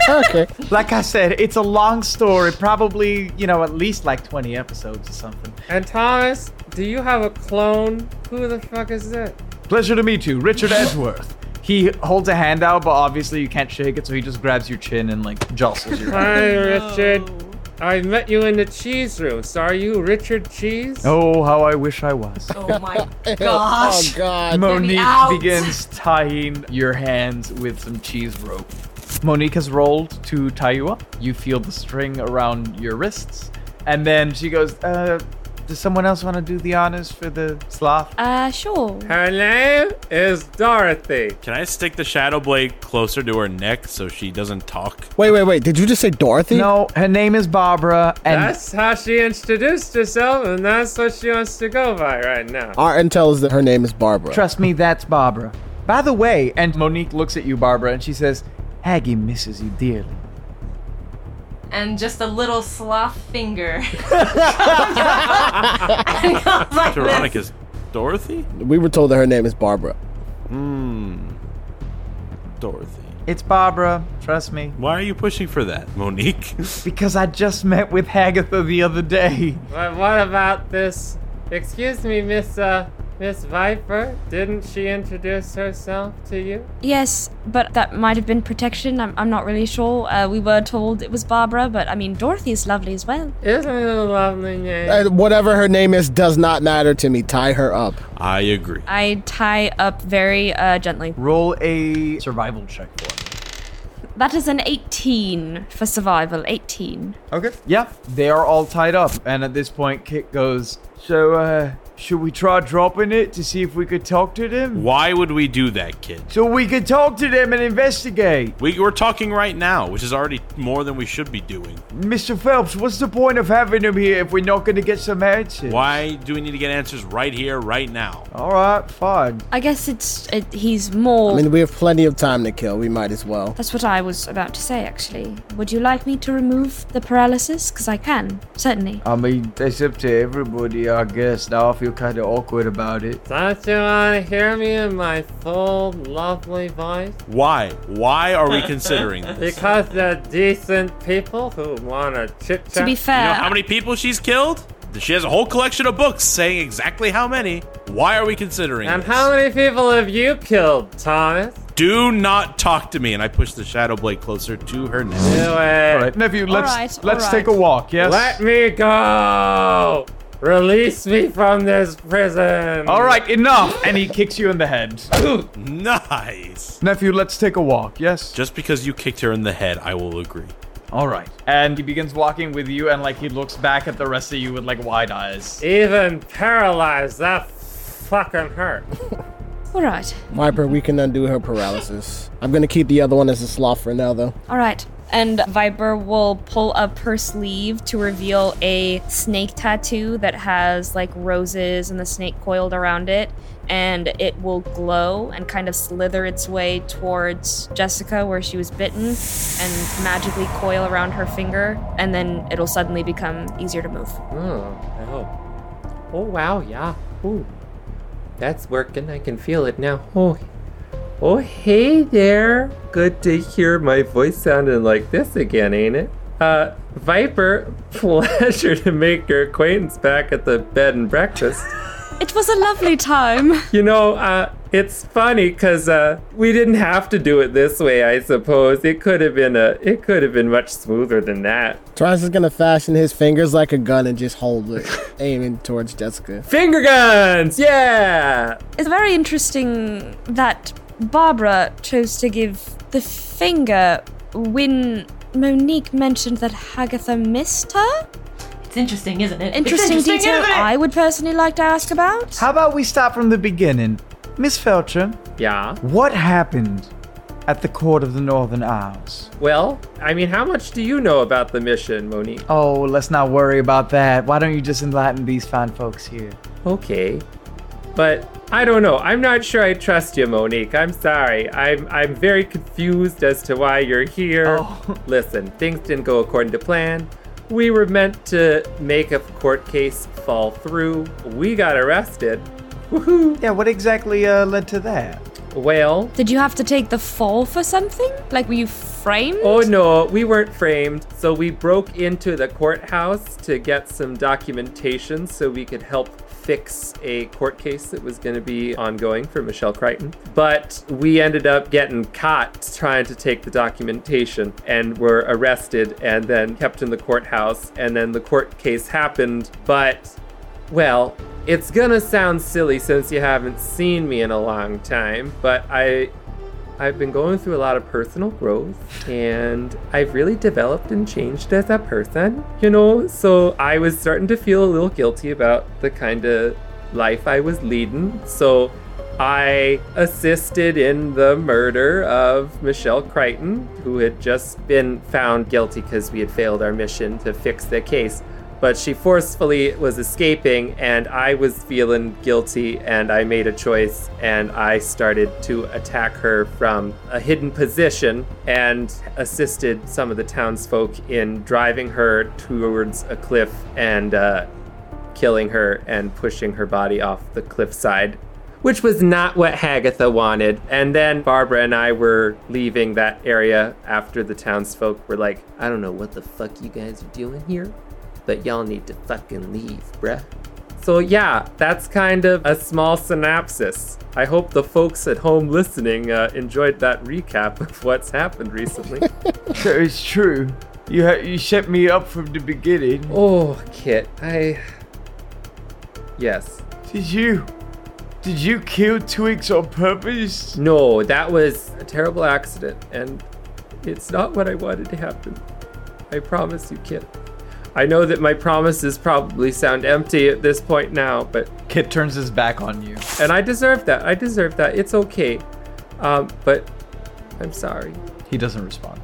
okay. Like I said, it's a long story. Probably, you know, at least like 20 episodes or something. and Thomas, do you have a clone? Who the fuck is that? Pleasure to meet you, Richard Edgeworth. He holds a hand out, but obviously you can't shake it, so he just grabs your chin and like jostles your. Hi, Richard. I met you in the cheese room. So are you Richard Cheese? Oh, how I wish I was. Oh my gosh. Oh, Uh, God. Get me Monique out. begins tying your hands with some cheese rope. Monique has rolled to tie you up. You feel the string around your wrists. And then she goes, uh, does someone else want to do the honors for the sloth? Uh, sure. Her name is Dorothy. Can I stick the shadow blade closer to her neck so she doesn't talk? Wait, wait, wait. Did you just say Dorothy? No, her name is Barbara. And that's how she introduced herself, and that's what she wants to go by right now. Arten tells that her name is Barbara. Trust me, that's Barbara. By the way, and Monique looks at you, Barbara, and she says, Aggie misses you dearly. and just a little sloth finger. and goes like this. Veronica's Dorothy? We were told that her name is Barbara. Hmm. Dorothy. It's Barbara. Trust me. Why are you pushing for that, Monique? Because I just met with Hagatha the other day. But what about this? Excuse me, Miss uh, Miss Viper. Didn't she introduce herself to you? Yes, but that might have been protection. I'm, I'm not really sure. Uh, we were told it was Barbara, but I mean, Dorothy is lovely as well. Isn't it a lovely name? Uh, whatever her name is does not matter to me. Tie her up. I agree. I tie up very uh, gently. Roll a survival check for That is an 18 for survival. 18. me. Okay. Yeah, they are all tied up. And at this point, Kit goes, So, uh, should we try dropping it to see if we could talk to them? Why would we do that, kid? So we could talk to them and investigate. We, we're talking right now, which is already more than we should be doing. Mr. Phelps, what's the point of having them here if we're not going to get some answers? Why do we need to get answers right here, right now? All right, fine. I guess it's it, he's more. I mean, we have plenty of time to kill. We might as well. That's what I was about to say, actually. Would you like me to remove the paralysis? Because I can, certainly. I mean, that's up to everybody, I guess. Now I feel kind of awkward about it. Don't you want to hear me in my full, lovely voice? Why? Why are we considering this? Because they're decent people who want to chit chat. You know how many people she's killed? She has a whole collection of books saying exactly how many. Why are we considering and this? how many people have you killed, Thomas? Do not talk to me. And I push the Shadow Blade closer to her neck. Do it. All right, nephew, All let's right, all let's right. take a walk. Yes. Let me go! Release me from this prison! All right, enough. and he kicks you in the head. nice. Nephew, let's take a walk. Yes. Just because you kicked her in the head, I will agree. All right. And he begins walking with you, and like he looks back at the rest of you with like wide eyes. Even paralyzed, that fucking hurt. All right. Viper, we can undo her paralysis. I'm gonna keep the other one as a sloth for now, though. All right. And Viper will pull up her sleeve to reveal a snake tattoo that has like roses and the snake coiled around it. And it will glow and kind of slither its way towards Jessica, where she was bitten, and magically coil around her finger. And then it'll suddenly become easier to move. Oh, oh. Oh, wow, yeah. Ooh. That's working. I can feel it now. Oh, oh, hey there. Good to hear my voice sounding like this again, ain't it? Uh, Viper, pleasure to make your acquaintance back at the bed and breakfast. It was a lovely time. You know, uh, it's funny because uh, we didn't have to do it this way. I suppose it could have been a, it could have been much smoother than that. Taras is gonna fashion his fingers like a gun and just hold it, aiming towards Jessica. Finger guns, yeah. It's very interesting that Barbara chose to give the finger when Monique mentioned that Hagatha missed her. It's interesting, isn't it? Interesting, It's interesting, detail isn't it? I would personally like to ask about. How about we start from the beginning, Miss Felcher? Yeah. What happened at the court of the Northern Isles? Well, I mean, how much do you know about the mission, Monique? Oh, let's not worry about that. Why don't you just enlighten these fine folks here? Okay. But I don't know. I'm not sure I trust you, Monique. I'm sorry. I'm I'm very confused as to why you're here. Listen, things didn't go according to plan. We were meant to make a court case fall through. We got arrested. Woohoo! Yeah, what exactly uh, led to that? Well, Did you have to take the fall for something? Like, were you framed? Oh no, we weren't framed. So we broke into the courthouse to get some documentation so we could help fix a court case that was going to be ongoing for Michelle Crichton. But we ended up getting caught trying to take the documentation and were arrested and then kept in the courthouse. And then the court case happened, but well, it's gonna sound silly since you haven't seen me in a long time, but I I've been going through a lot of personal growth and I've really developed and changed as a person, you know? So I was starting to feel a little guilty about the kind of life I was leading. So I assisted in the murder of Michelle Crichton, who had just been found guilty because we had failed our mission to fix the case. but she forcefully was escaping, and I was feeling guilty, and I made a choice, and I started to attack her from a hidden position and assisted some of the townsfolk in driving her towards a cliff and uh, killing her and pushing her body off the cliffside. Which was not what Hagatha wanted. And then Barbara and I were leaving that area after the townsfolk were like, I don't know what the fuck you guys are doing here, but y'all need to fucking leave, bruh. So, yeah, that's kind of a small synopsis. I hope the folks at home listening uh, enjoyed that recap of what's happened recently. So it's true. You ha- you set me up from the beginning. Oh, Kit, I. yes. Did you? Did you kill Twigs on purpose? No, that was a terrible accident, and it's not what I wanted to happen. I promise you, Kit. I know that my promises probably sound empty at this point now, but. Kit turns his back on you. And I deserve that. I deserve that. It's okay. Um, but I'm sorry. He doesn't respond.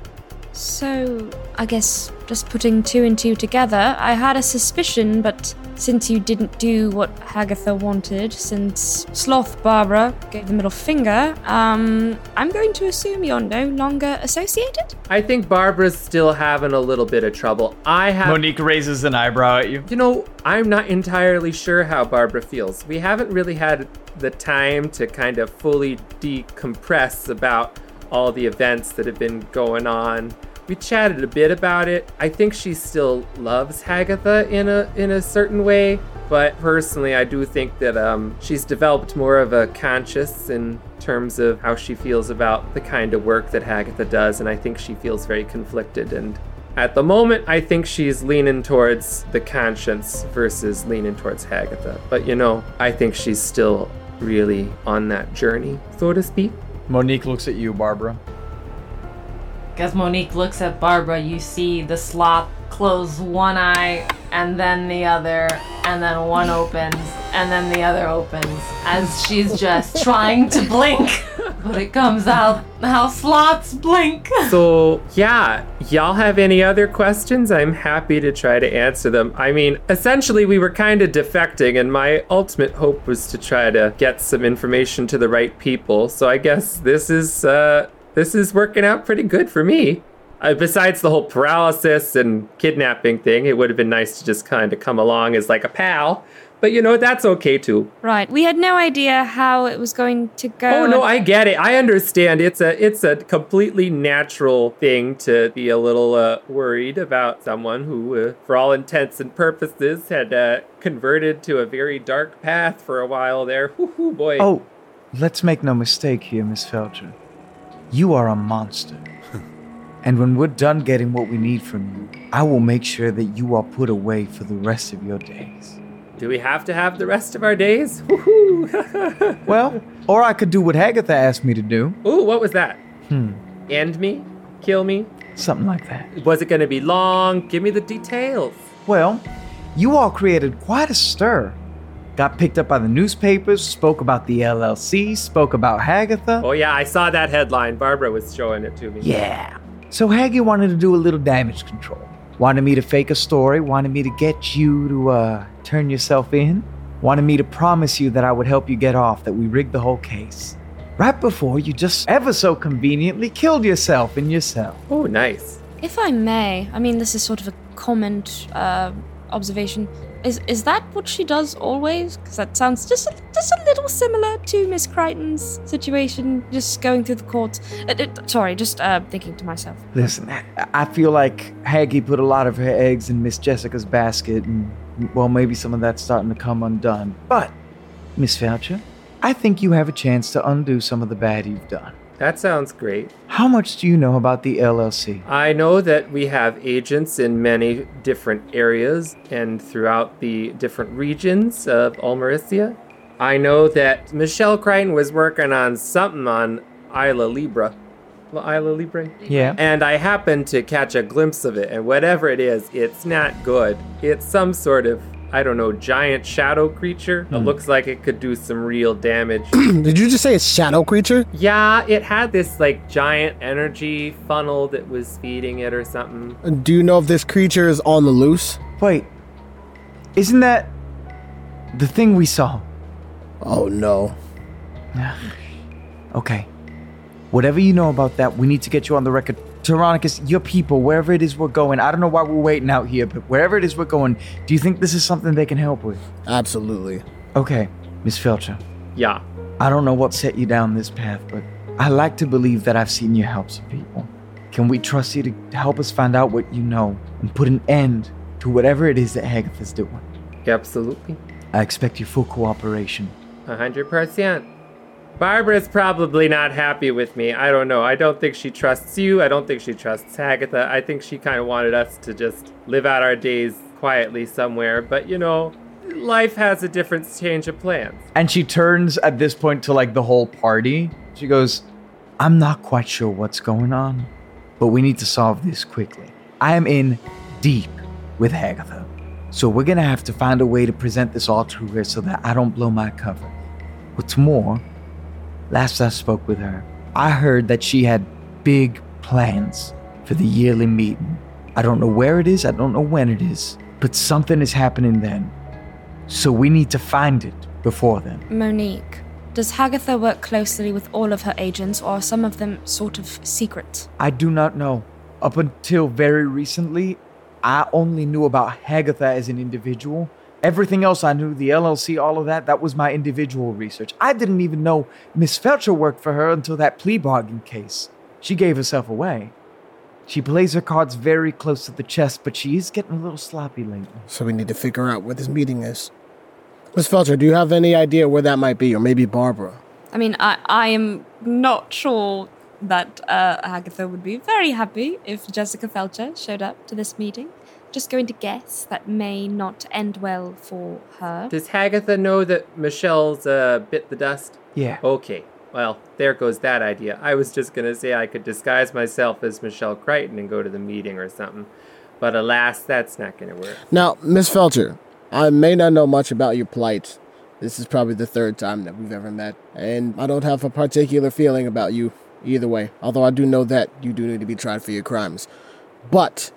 So, I guess just putting two and two together, I had a suspicion, but since you didn't do what Hagatha wanted, since Sloth Barbara gave the middle finger, um, I'm going to assume you're no longer associated? I think Barbara's still having a little bit of trouble. I have. Monique raises an eyebrow at you. You know, I'm not entirely sure how Barbara feels. We haven't really had the time to kind of fully decompress about all the events that have been going on. We chatted a bit about it. I think she still loves Hagatha in a in a certain way, but personally, I do think that um, she's developed more of a conscience in terms of how she feels about the kind of work that Hagatha does, and I think she feels very conflicted. And at the moment, I think she's leaning towards the conscience versus leaning towards Hagatha. But you know, I think she's still really on that journey, so to speak. Monique looks at you, Barbara. As Monique looks at Barbara, you see the slop close one eye and then the other, and then one opens and then the other opens as she's just trying to blink, but it comes out how slots blink. so yeah y'all have any other questions i'm happy to try to answer them i mean essentially we were kind of defecting and my ultimate hope was to try to get some information to the right people so i guess this is uh this is working out pretty good for me uh, besides the whole paralysis and kidnapping thing it would have been nice to just kind of come along as like a pal but you know that's okay too Right, we had no idea how it was going to go. Oh no, Um, and- I get it. I understand. It's a it's a completely natural thing to be a little uh, worried about someone who, uh, for all intents and purposes, had uh, converted to a very dark path for a while there. Whoo boy. Oh, let's make no mistake here, Miss Felcher. You are a monster. and when we're done getting what we need from you, I will make sure that you are put away for the rest of your days. Do we have to have the rest of our days? well, or I could do what Hagatha asked me to do. Ooh, what was that? Hmm, End me? Kill me? something like that. Was it going to be long? Give me the details. Well, you all created quite a stir. Got picked up by the newspapers, spoke about the LLC, spoke about Hagatha. Oh yeah, I saw that headline. Barbara was showing it to me. Yeah. So Haggy wanted to do a little damage control. Wanted me to fake a story, wanted me to get you to uh, turn yourself in, wanted me to promise you that I would help you get off, that we rigged the whole case. Right before you just ever so conveniently killed yourself in your cell. Oh, nice. If I may, I mean, this is sort of a comment, uh, observation. Is is that what she does always? Because that sounds just a, just a little similar to Miss Crichton's situation, just going through the courts. Uh, uh, sorry, just uh, thinking to myself. Listen, I- I feel like Haggy put a lot of her eggs in Miss Jessica's basket, and well, maybe some of that's starting to come undone. But, Miss Foucher, I think you have a chance to undo some of the bad you've done. That sounds great. How much do you know about the LLC? I know that we have agents in many different areas and throughout the different regions of Almericia. I know that Michelle Crichton was working on something on Isla Libra. Well, Isla Libre? Yeah. And I happened to catch a glimpse of it, and whatever it is, it's not good. It's some sort of, I don't know, giant shadow creature. It Hmm. looks like it could do some real damage. Did you just say it's shadow creature? yeah, it had this like giant energy funnel that was feeding it or something. Do you know if this creature is on the loose? Wait, Isn't that the thing we saw? Oh no. Okay. Whatever you know about that, we need to get you on the record. Tyrannicus, your people, wherever it is we're going, I don't know why we're waiting out here, but wherever it is we're going, do you think this is something they can help with? Absolutely. Okay, Miss Felcher. Yeah. I don't know what set you down this path, but I like to believe that I've seen you help some people. Can we trust you to help us find out what you know and put an end to whatever it is that Hagath is doing? Absolutely. I expect your full cooperation. 100%. Barbara's probably not happy with me. I don't know. I don't think she trusts you. I don't think she trusts Agatha. I think she kind of wanted us to just live out our days quietly somewhere. But, you know, life has a different change of plans. And she turns at this point to like the whole party. She goes, I'm not quite sure what's going on, but we need to solve this quickly. I am in deep with Hagatha. So we're going to have to find a way to present this all to her so that I don't blow my cover. What's more, last I spoke with her, I heard that she had big plans for the yearly meeting. I don't know where it is, I don't know when it is, but something is happening then. So we need to find it before then. Monique, does Hagatha work closely with all of her agents, or are some of them sort of secret? I do not know. Up until very recently, I only knew about Hagatha as an individual. Everything else I knew, the LLC, all of that, that was my individual research. I didn't even know Miss Felcher worked for her until that plea bargain case. She gave herself away. She plays her cards very close to the chest, but she is getting a little sloppy lately. So we need to figure out where this meeting is. Miss Felcher, do you have any idea where that might be, or maybe Barbara? I mean, I, I am not sure that uh, Agatha would be very happy if Jessica Felcher showed up to this meeting. Just going to guess that may not end well for her. Does Hagatha know that Michelle's uh, bit the dust? Yeah. Okay. Well, there goes that idea. I was just going to say I could disguise myself as Michelle Crichton and go to the meeting or something. But alas, that's not going to work. Now, Miss Felcher, I may not know much about your plight. This is probably the third time that we've ever met, and I don't have a particular feeling about you either way, although I do know that you do need to be tried for your crimes. But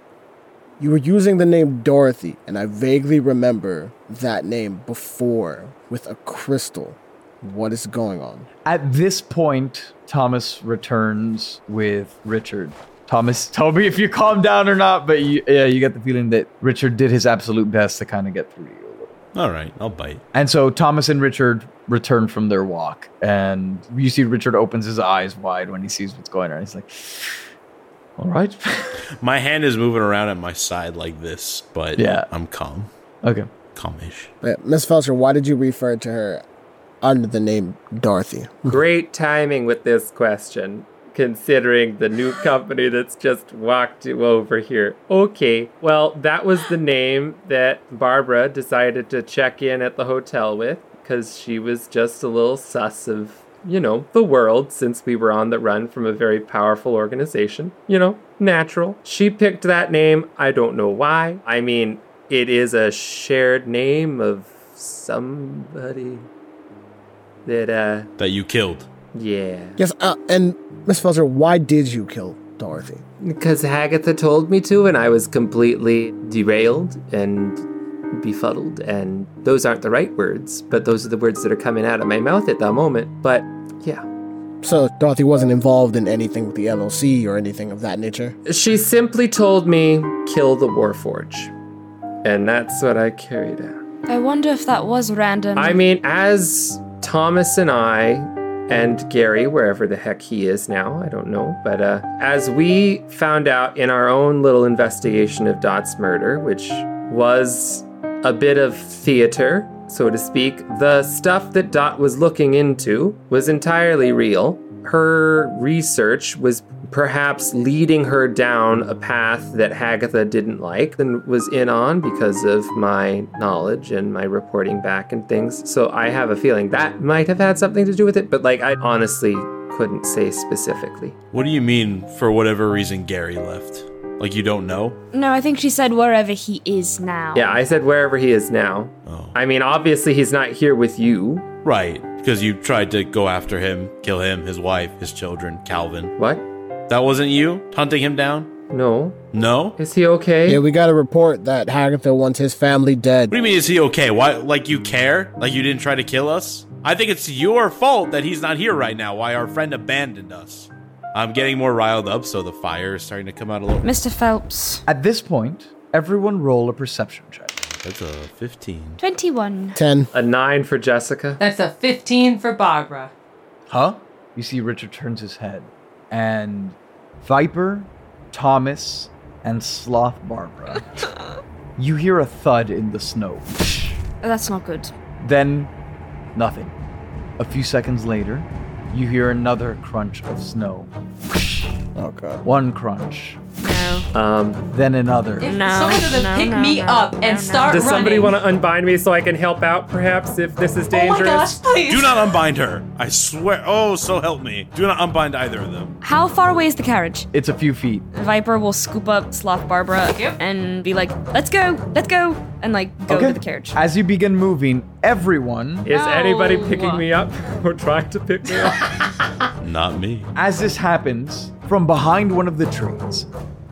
you were using the name Dorothy, and I vaguely remember that name before with a crystal. What is going on? At this point, Thomas returns with Richard. Thomas, tell me if you calm down or not, but you, yeah, you get the feeling that Richard did his absolute best to kind of get through to you a little. All right, I'll bite. And so Thomas and Richard return from their walk, and you see Richard opens his eyes wide when he sees what's going on. He's like, "All right, My hand is moving around at my side like this, but Yeah. I'm calm. Okay. Calmish. But Miss Felcher, why did you refer to her under the name Dorothy? Great timing with this question, considering the new company that's just walked you over here. Okay, well, that was the name that Barbara decided to check in at the hotel with because she was just a little sus of, you know, the world since we were on the run from a very powerful organization. You know, natural. She picked that name. I don't know why. I mean, it is a shared name of somebody that, uh, That you killed. yeah. Yes, uh, and Miss Felcher, why did you kill Dorothy? Because Hagatha told me to, and I was completely derailed and befuddled. And those aren't the right words, but those are the words that are coming out of my mouth at the moment. But yeah. So Dorothy wasn't involved in anything with the LLC or anything of that nature. She simply told me, kill the Warforge. And that's what I carried out. I wonder if that was random. I mean, as Thomas and I and Gary, wherever the heck he is now, I don't know, but uh, as we found out in our own little investigation of Dot's murder, which was a bit of theater, so to speak, the stuff that Dot was looking into was entirely real. Her research was perhaps leading her down a path that Hagatha didn't like and was in on because of my knowledge and my reporting back and things. So I have a feeling that might have had something to do with it, but like I honestly couldn't say specifically. What do you mean, for whatever reason, Gary left? Like, you don't know? no, I think she said wherever he is now. Yeah, I said wherever he is now. I mean, obviously he's not here with you. Oh. Right, because you tried to go after him, kill him, his wife, his children, Calvin. What? That wasn't you hunting him down? No. No? Is he okay? Yeah, we got a report that Hagatha wants his family dead. What do you mean? Is he okay? Why? Like you care? Like you didn't try to kill us? I think it's your fault that he's not here right now. Why our friend abandoned us? I'm getting more riled up, so the fire is starting to come out a little. Mr. Phelps. At this point, everyone roll a perception check. That's a 15. 21. 10. A 9 for Jessica. That's a 15 for Barbara. Huh? You see, Richard turns his head, and Viper, Thomas, and Sloth Barbara. you hear a thud in the snow. That's not good. Then, nothing. A few seconds later, you hear another crunch of snow. Oh god. One crunch. No. Um. Then another. If someone doesn't pick me up and start Does somebody running. Oh want to unbind me so I can help out, perhaps, if this is dangerous? please. Do not unbind her. I swear. Oh, so help me. Do not unbind either of them. How far away is the carriage? It's a few feet. Viper will scoop up Sloth Barbara and be like, let's go, let's go, and like go to the carriage. As you begin moving, everyone Is anybody picking me up or trying to pick me up? Not me. As this happens, from behind one of the trees,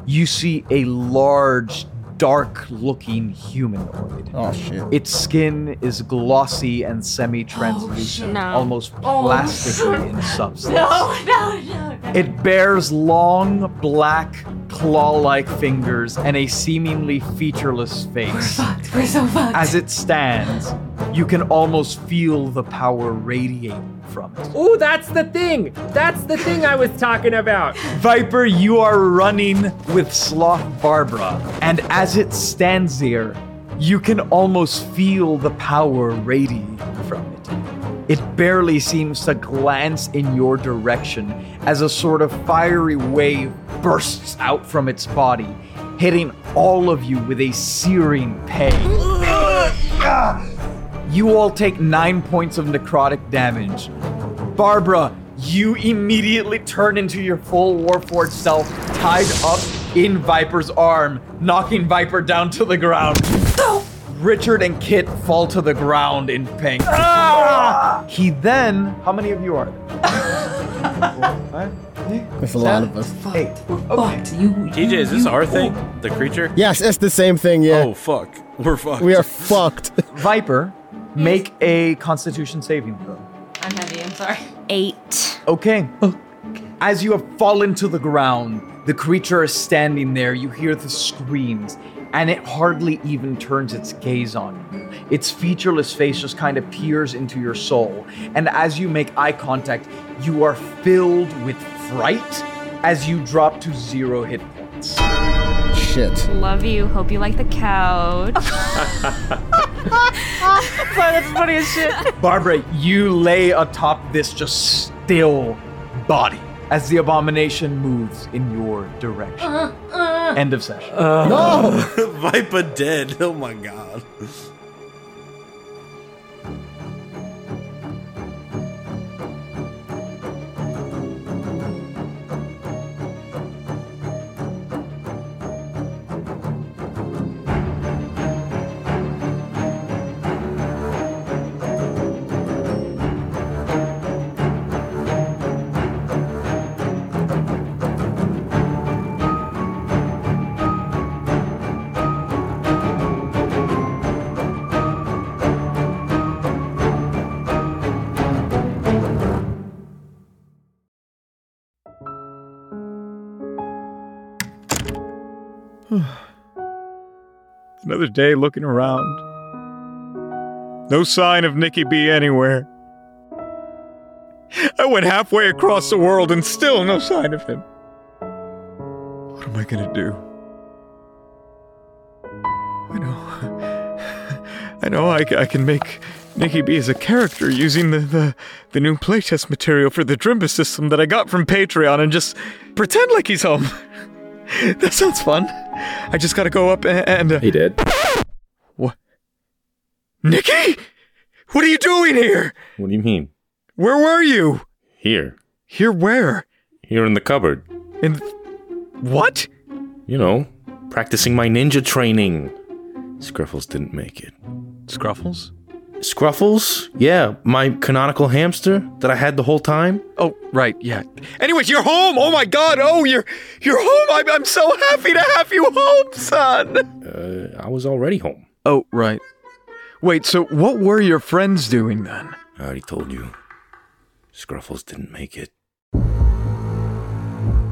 you see a large, dark looking humanoid. Oh, shit. Its skin is glossy and semi translucent, no. almost Oh, plastically shit. in substance. No, no, no. It bears long, black, claw like fingers and a seemingly featureless face. We're so fucked. As it stands, you can almost feel the power radiating from it. Ooh, that's the thing. That's the thing I was talking about. Viper, you are running with Sloth Barbara, and as it stands there, you can almost feel the power radiating from it. It barely seems to glance in your direction as a sort of fiery wave bursts out from its body, hitting all of you with a searing pain. You all take nine points of necrotic damage. Barbara, you immediately turn into your full Warforged self, tied up in Viper's arm, knocking Viper down to the ground. Richard and Kit fall to the ground in pain. Ah! He then, how many of you are there? That's a lot of us. Eight. TJ, is this our thing? The creature? Yes, it's the same thing, yeah. Oh, fuck. We're fucked. We are fucked. Viper, make a Constitution saving throw. I'm heavy, I'm sorry. Eight. Okay. As you have fallen to the ground, the creature is standing there. You hear the screams, and it hardly even turns its gaze on you. Its featureless face just kind of peers into your soul. And as you make eye contact, you are filled with fright as you drop to zero hit points. Shit. Love you. Hope you like the couch. Sorry, that's funny as shit. Barbara, you lay atop this just still body as the abomination moves in your direction. Uh-uh. End of session. Uh, no! Viper dead. Oh my god. Another day looking around. No sign of Nikki B anywhere. I went halfway across the world and still no sign of him. What am I gonna do? I know. I know I, c- I can make Nikki B as a character using the, the, the new playtest material for the Drimbus system that I got from Patreon and just pretend like he's home. that sounds fun. I just gotta go up and. and uh, He did. Nikki? What are you doing here? What do you mean? Where were you? Here. Here where? Here in the cupboard. In what? You know, practicing my ninja training. Scruffles didn't make it. Scruffles? Scruffles? Yeah, my canonical hamster that I had the whole time. Oh, right, yeah. Anyways, you're home. Oh my God. Oh, you're you're home. I'm, I'm so happy to have you home, son. Uh, I was already home. Oh, right. Wait. So what were your friends doing then? I already told you. Scruffles didn't make it.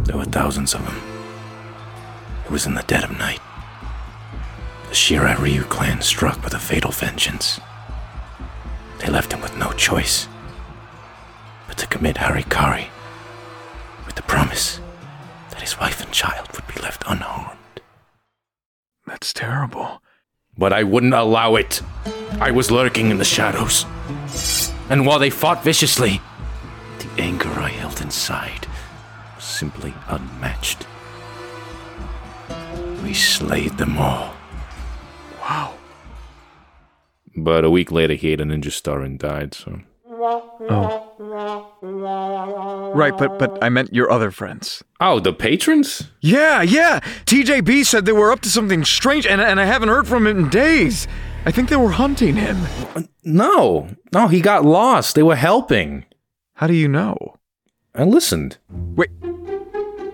There were thousands of them. It was in the dead of night. The Shirai Ryu clan struck with a fatal vengeance. They left him with no choice but to commit Harikari with the promise that his wife and child would be left unharmed. That's terrible. But I wouldn't allow it. I was lurking in the shadows. And while they fought viciously, The anger I held inside was simply unmatched. We slayed them all. Wow. But a week later, he ate a ninja star and died, so. Oh. Right, but but I meant your other friends. Oh, the patrons? Yeah, yeah. TJB said they were up to something strange, and and I haven't heard from him in days. I think they were hunting him. No, no, he got lost. They were helping. How do you know? I listened. Wait,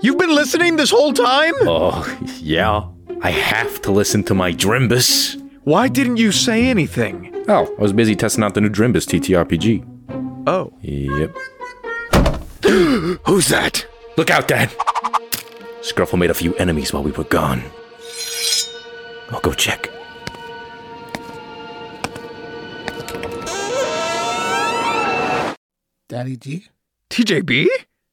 you've been listening this whole time? Oh, yeah. I have to listen to my Drimbus. Why didn't you say anything? Oh, I was busy testing out the new Drimbus TTRPG. Oh. Yep. Who's that? Look out, Dad! Scruffle made a few enemies while we were gone. I'll go check. Daddy G. TJB?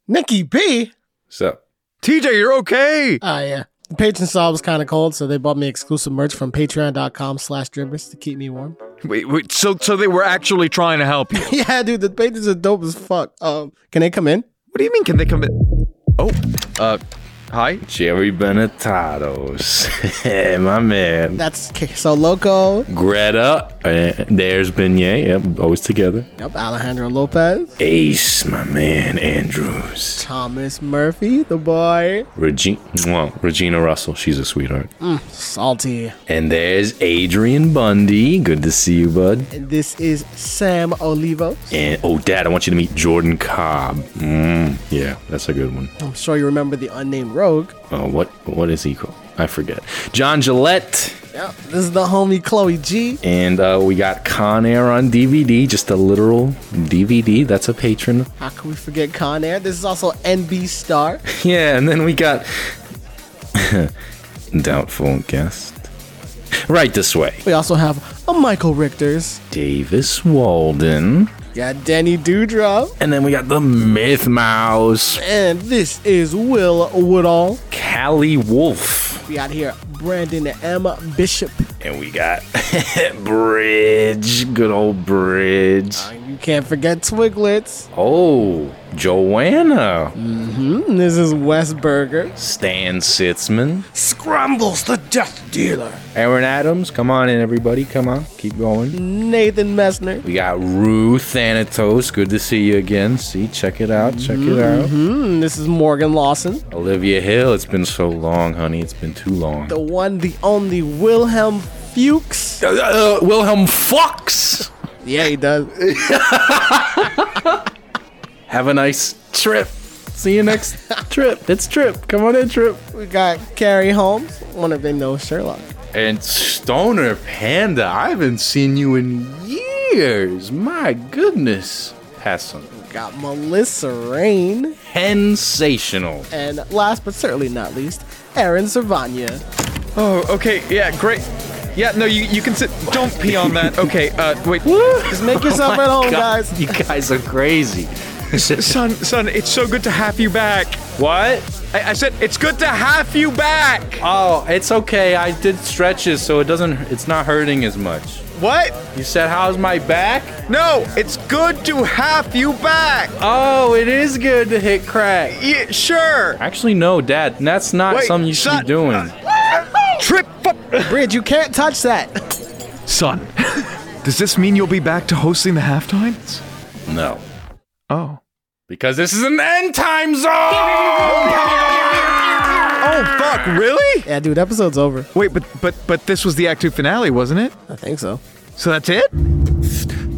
Nikki B. So, TJ, you're okay. Ah, yeah. The patron saw was kind of cold, so they bought me exclusive merch from patreon.com slash dribbers to keep me warm. Wait, wait. So so they were actually trying to help you. yeah, dude, the patrons are dope as fuck. Um, Can they come in? What do you mean, can they come in? Oh, uh, hi. Jerry Benetados. hey, my man. That's okay, so loco. Greta. Uh, there's Beignet. Yep, always together. Yep, Alejandro Lopez. Ace, my man, Andrews. Thomas Murphy, the boy. Regina, well, Regina Russell. She's a sweetheart. Mm, salty. And there's Adrian Bundy. Good to see you, bud. And this is Sam Olivo. And oh, Dad, I want you to meet Jordan Cobb. Mm, yeah, that's a good one. I'm sure you remember the unnamed rogue. Oh, what what is he called? I forget. John Gillette. Yep, this is the homie Chloe G. And uh, we got Con Air on DVD, just a literal DVD. That's a patron. How can we forget Con Air? This is also NB Star. Yeah, and then we got doubtful guest. Right this way. We also have a Michael Richter's. Davis Walden. Yeah, Danny Dewdrop. And then we got the Myth Mouse. And this is Will Woodall. Callie Wolf. We got here Brandon M. Bishop. And we got Bridge. Good old Bridge. Uh, You can't forget Twiglets. Oh, Joanna. Mm-hmm. This is Wes Burger. Stan Sitzman. Scrambles the Death Dealer. Aaron Adams. Come on in, everybody. Come on. Keep going. Nathan Messner. We got Rue Thanatos. Good to see you again. See, check it out. Check it out. hmm This is Morgan Lawson. Olivia Hill. It's been so long, honey. It's been too long. The one, the only Wilhelm Fuchs. Uh, uh, Wilhelm Fox. Yeah, he does. Have a nice trip. See you next trip. It's trip. Come on in, trip. we got Carrie Holmes, one of the no Sherlock. And Stoner Panda, I haven't seen you in years. My goodness. Hassan. Got Melissa Rain. Sensational. And last but certainly not least, Aaron Servania. Oh, okay. Yeah, great. Yeah, no, you, you can sit. Don't pee on that. Okay, uh, wait. Just make Oh yourself at home, guys. You guys are crazy. son, son, it's so good to have you back. What? I, I said, it's good to have you back. Oh, it's okay. I did stretches, so it doesn't. It's not hurting as much. What? You said, "How's my back?" No, it's good to have you back. Oh, it is good to hit crack. Yeah, sure. Actually, no, Dad. That's not Wait, something you should son- be doing. Trip. Bridge, you can't touch that. Son, does this mean you'll be back to hosting the halftimes? no, Oh. because this is an end time zone. Oh, fuck, really? Yeah, dude, episode's over. Wait, but but but this was the act two finale, wasn't it? I think so. So that's it?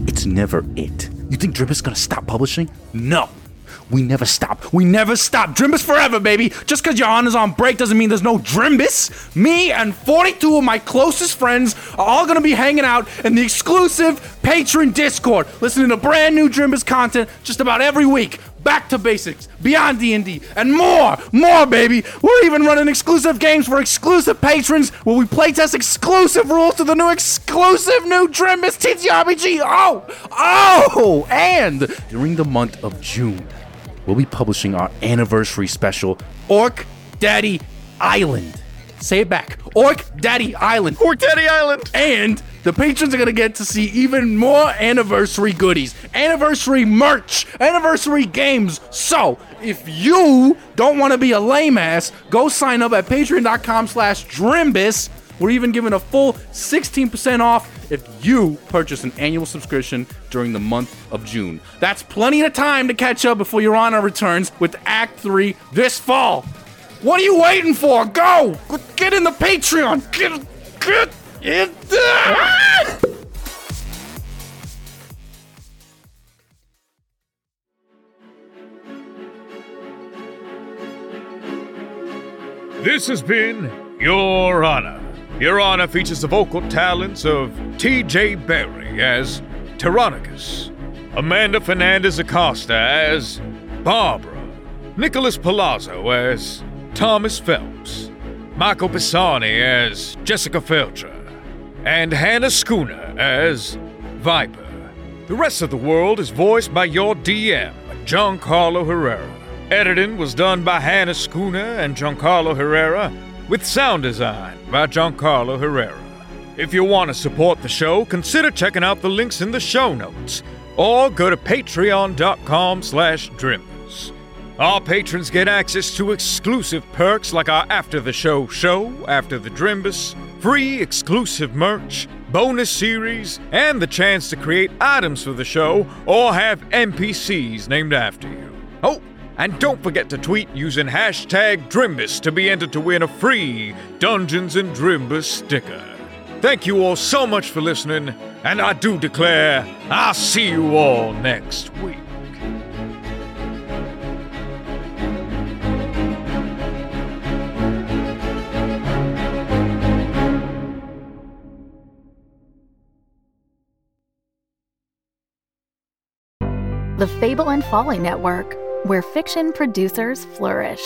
It's never it. You think Drimbus gonna stop publishing? No. We never stop. We never stop. Drimbus forever, baby. Just because your honor's on break doesn't mean there's no Drimbus. Me and 42 of my closest friends are all gonna be hanging out in the exclusive patron Discord, listening to brand new Drimbus content just about every week. Back to basics, beyond D&D, and more, more, baby. We're even running exclusive games for exclusive patrons where we playtest exclusive rules to the new exclusive new Drimbus TTRPG. Oh, oh, and during the month of June, we'll be publishing our anniversary special, Orc Daddy Island. Say it back. Orc Daddy Island. Orc Daddy Island. And the patrons are going to get to see even more anniversary goodies, anniversary merch, anniversary games. So, if you don't want to be a lame ass, go sign up at patreon.com slash drimbus. We're even giving a full 16% off if you purchase an annual subscription during the month of June. That's plenty of time to catch up before Your Honor returns with Act 3 this fall. What are you waiting for? Go! Get in the Patreon! Get, get in there! This has been Your Honor. Your Honor features the vocal talents of T.J. Barry as Tyrannicus, Amanda Fernandez Acosta as Barbara, Nicholas Palazzo as Thomas Phelps, Michael Pisani as Jessica Felcher, and Hannah Schooner as Viper. The rest of the world is voiced by your DM, Giancarlo Herrera. Editing was done by Hannah Schooner and Giancarlo Herrera, with sound design by Giancarlo Herrera. If you want to support the show, consider checking out the links in the show notes, or go to patreon.com slash drimbus. Our patrons get access to exclusive perks like our After the Show show, After the Drimbus, free exclusive merch, bonus series, and the chance to create items for the show or have NPCs named after you. Oh, and don't forget to tweet using hashtag Drimbus to be entered to win a free Dungeons and Drimbus sticker. Thank you all so much for listening, and I do declare I'll see you all next week. The Fable and Folly Network, where fiction producers flourish.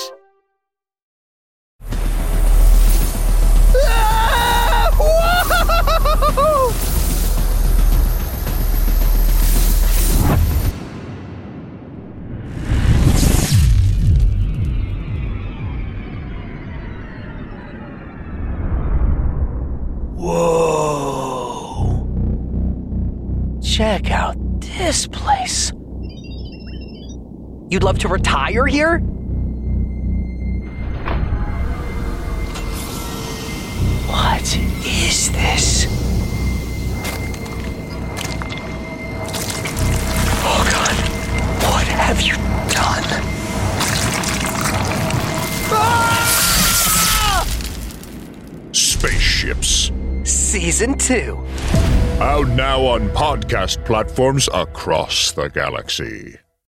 Whoa! Check out this place. You'd love to retire here? What is this? Oh god, what have you done? Ah! Spaceships. Season 2. Out now on podcast platforms across the galaxy.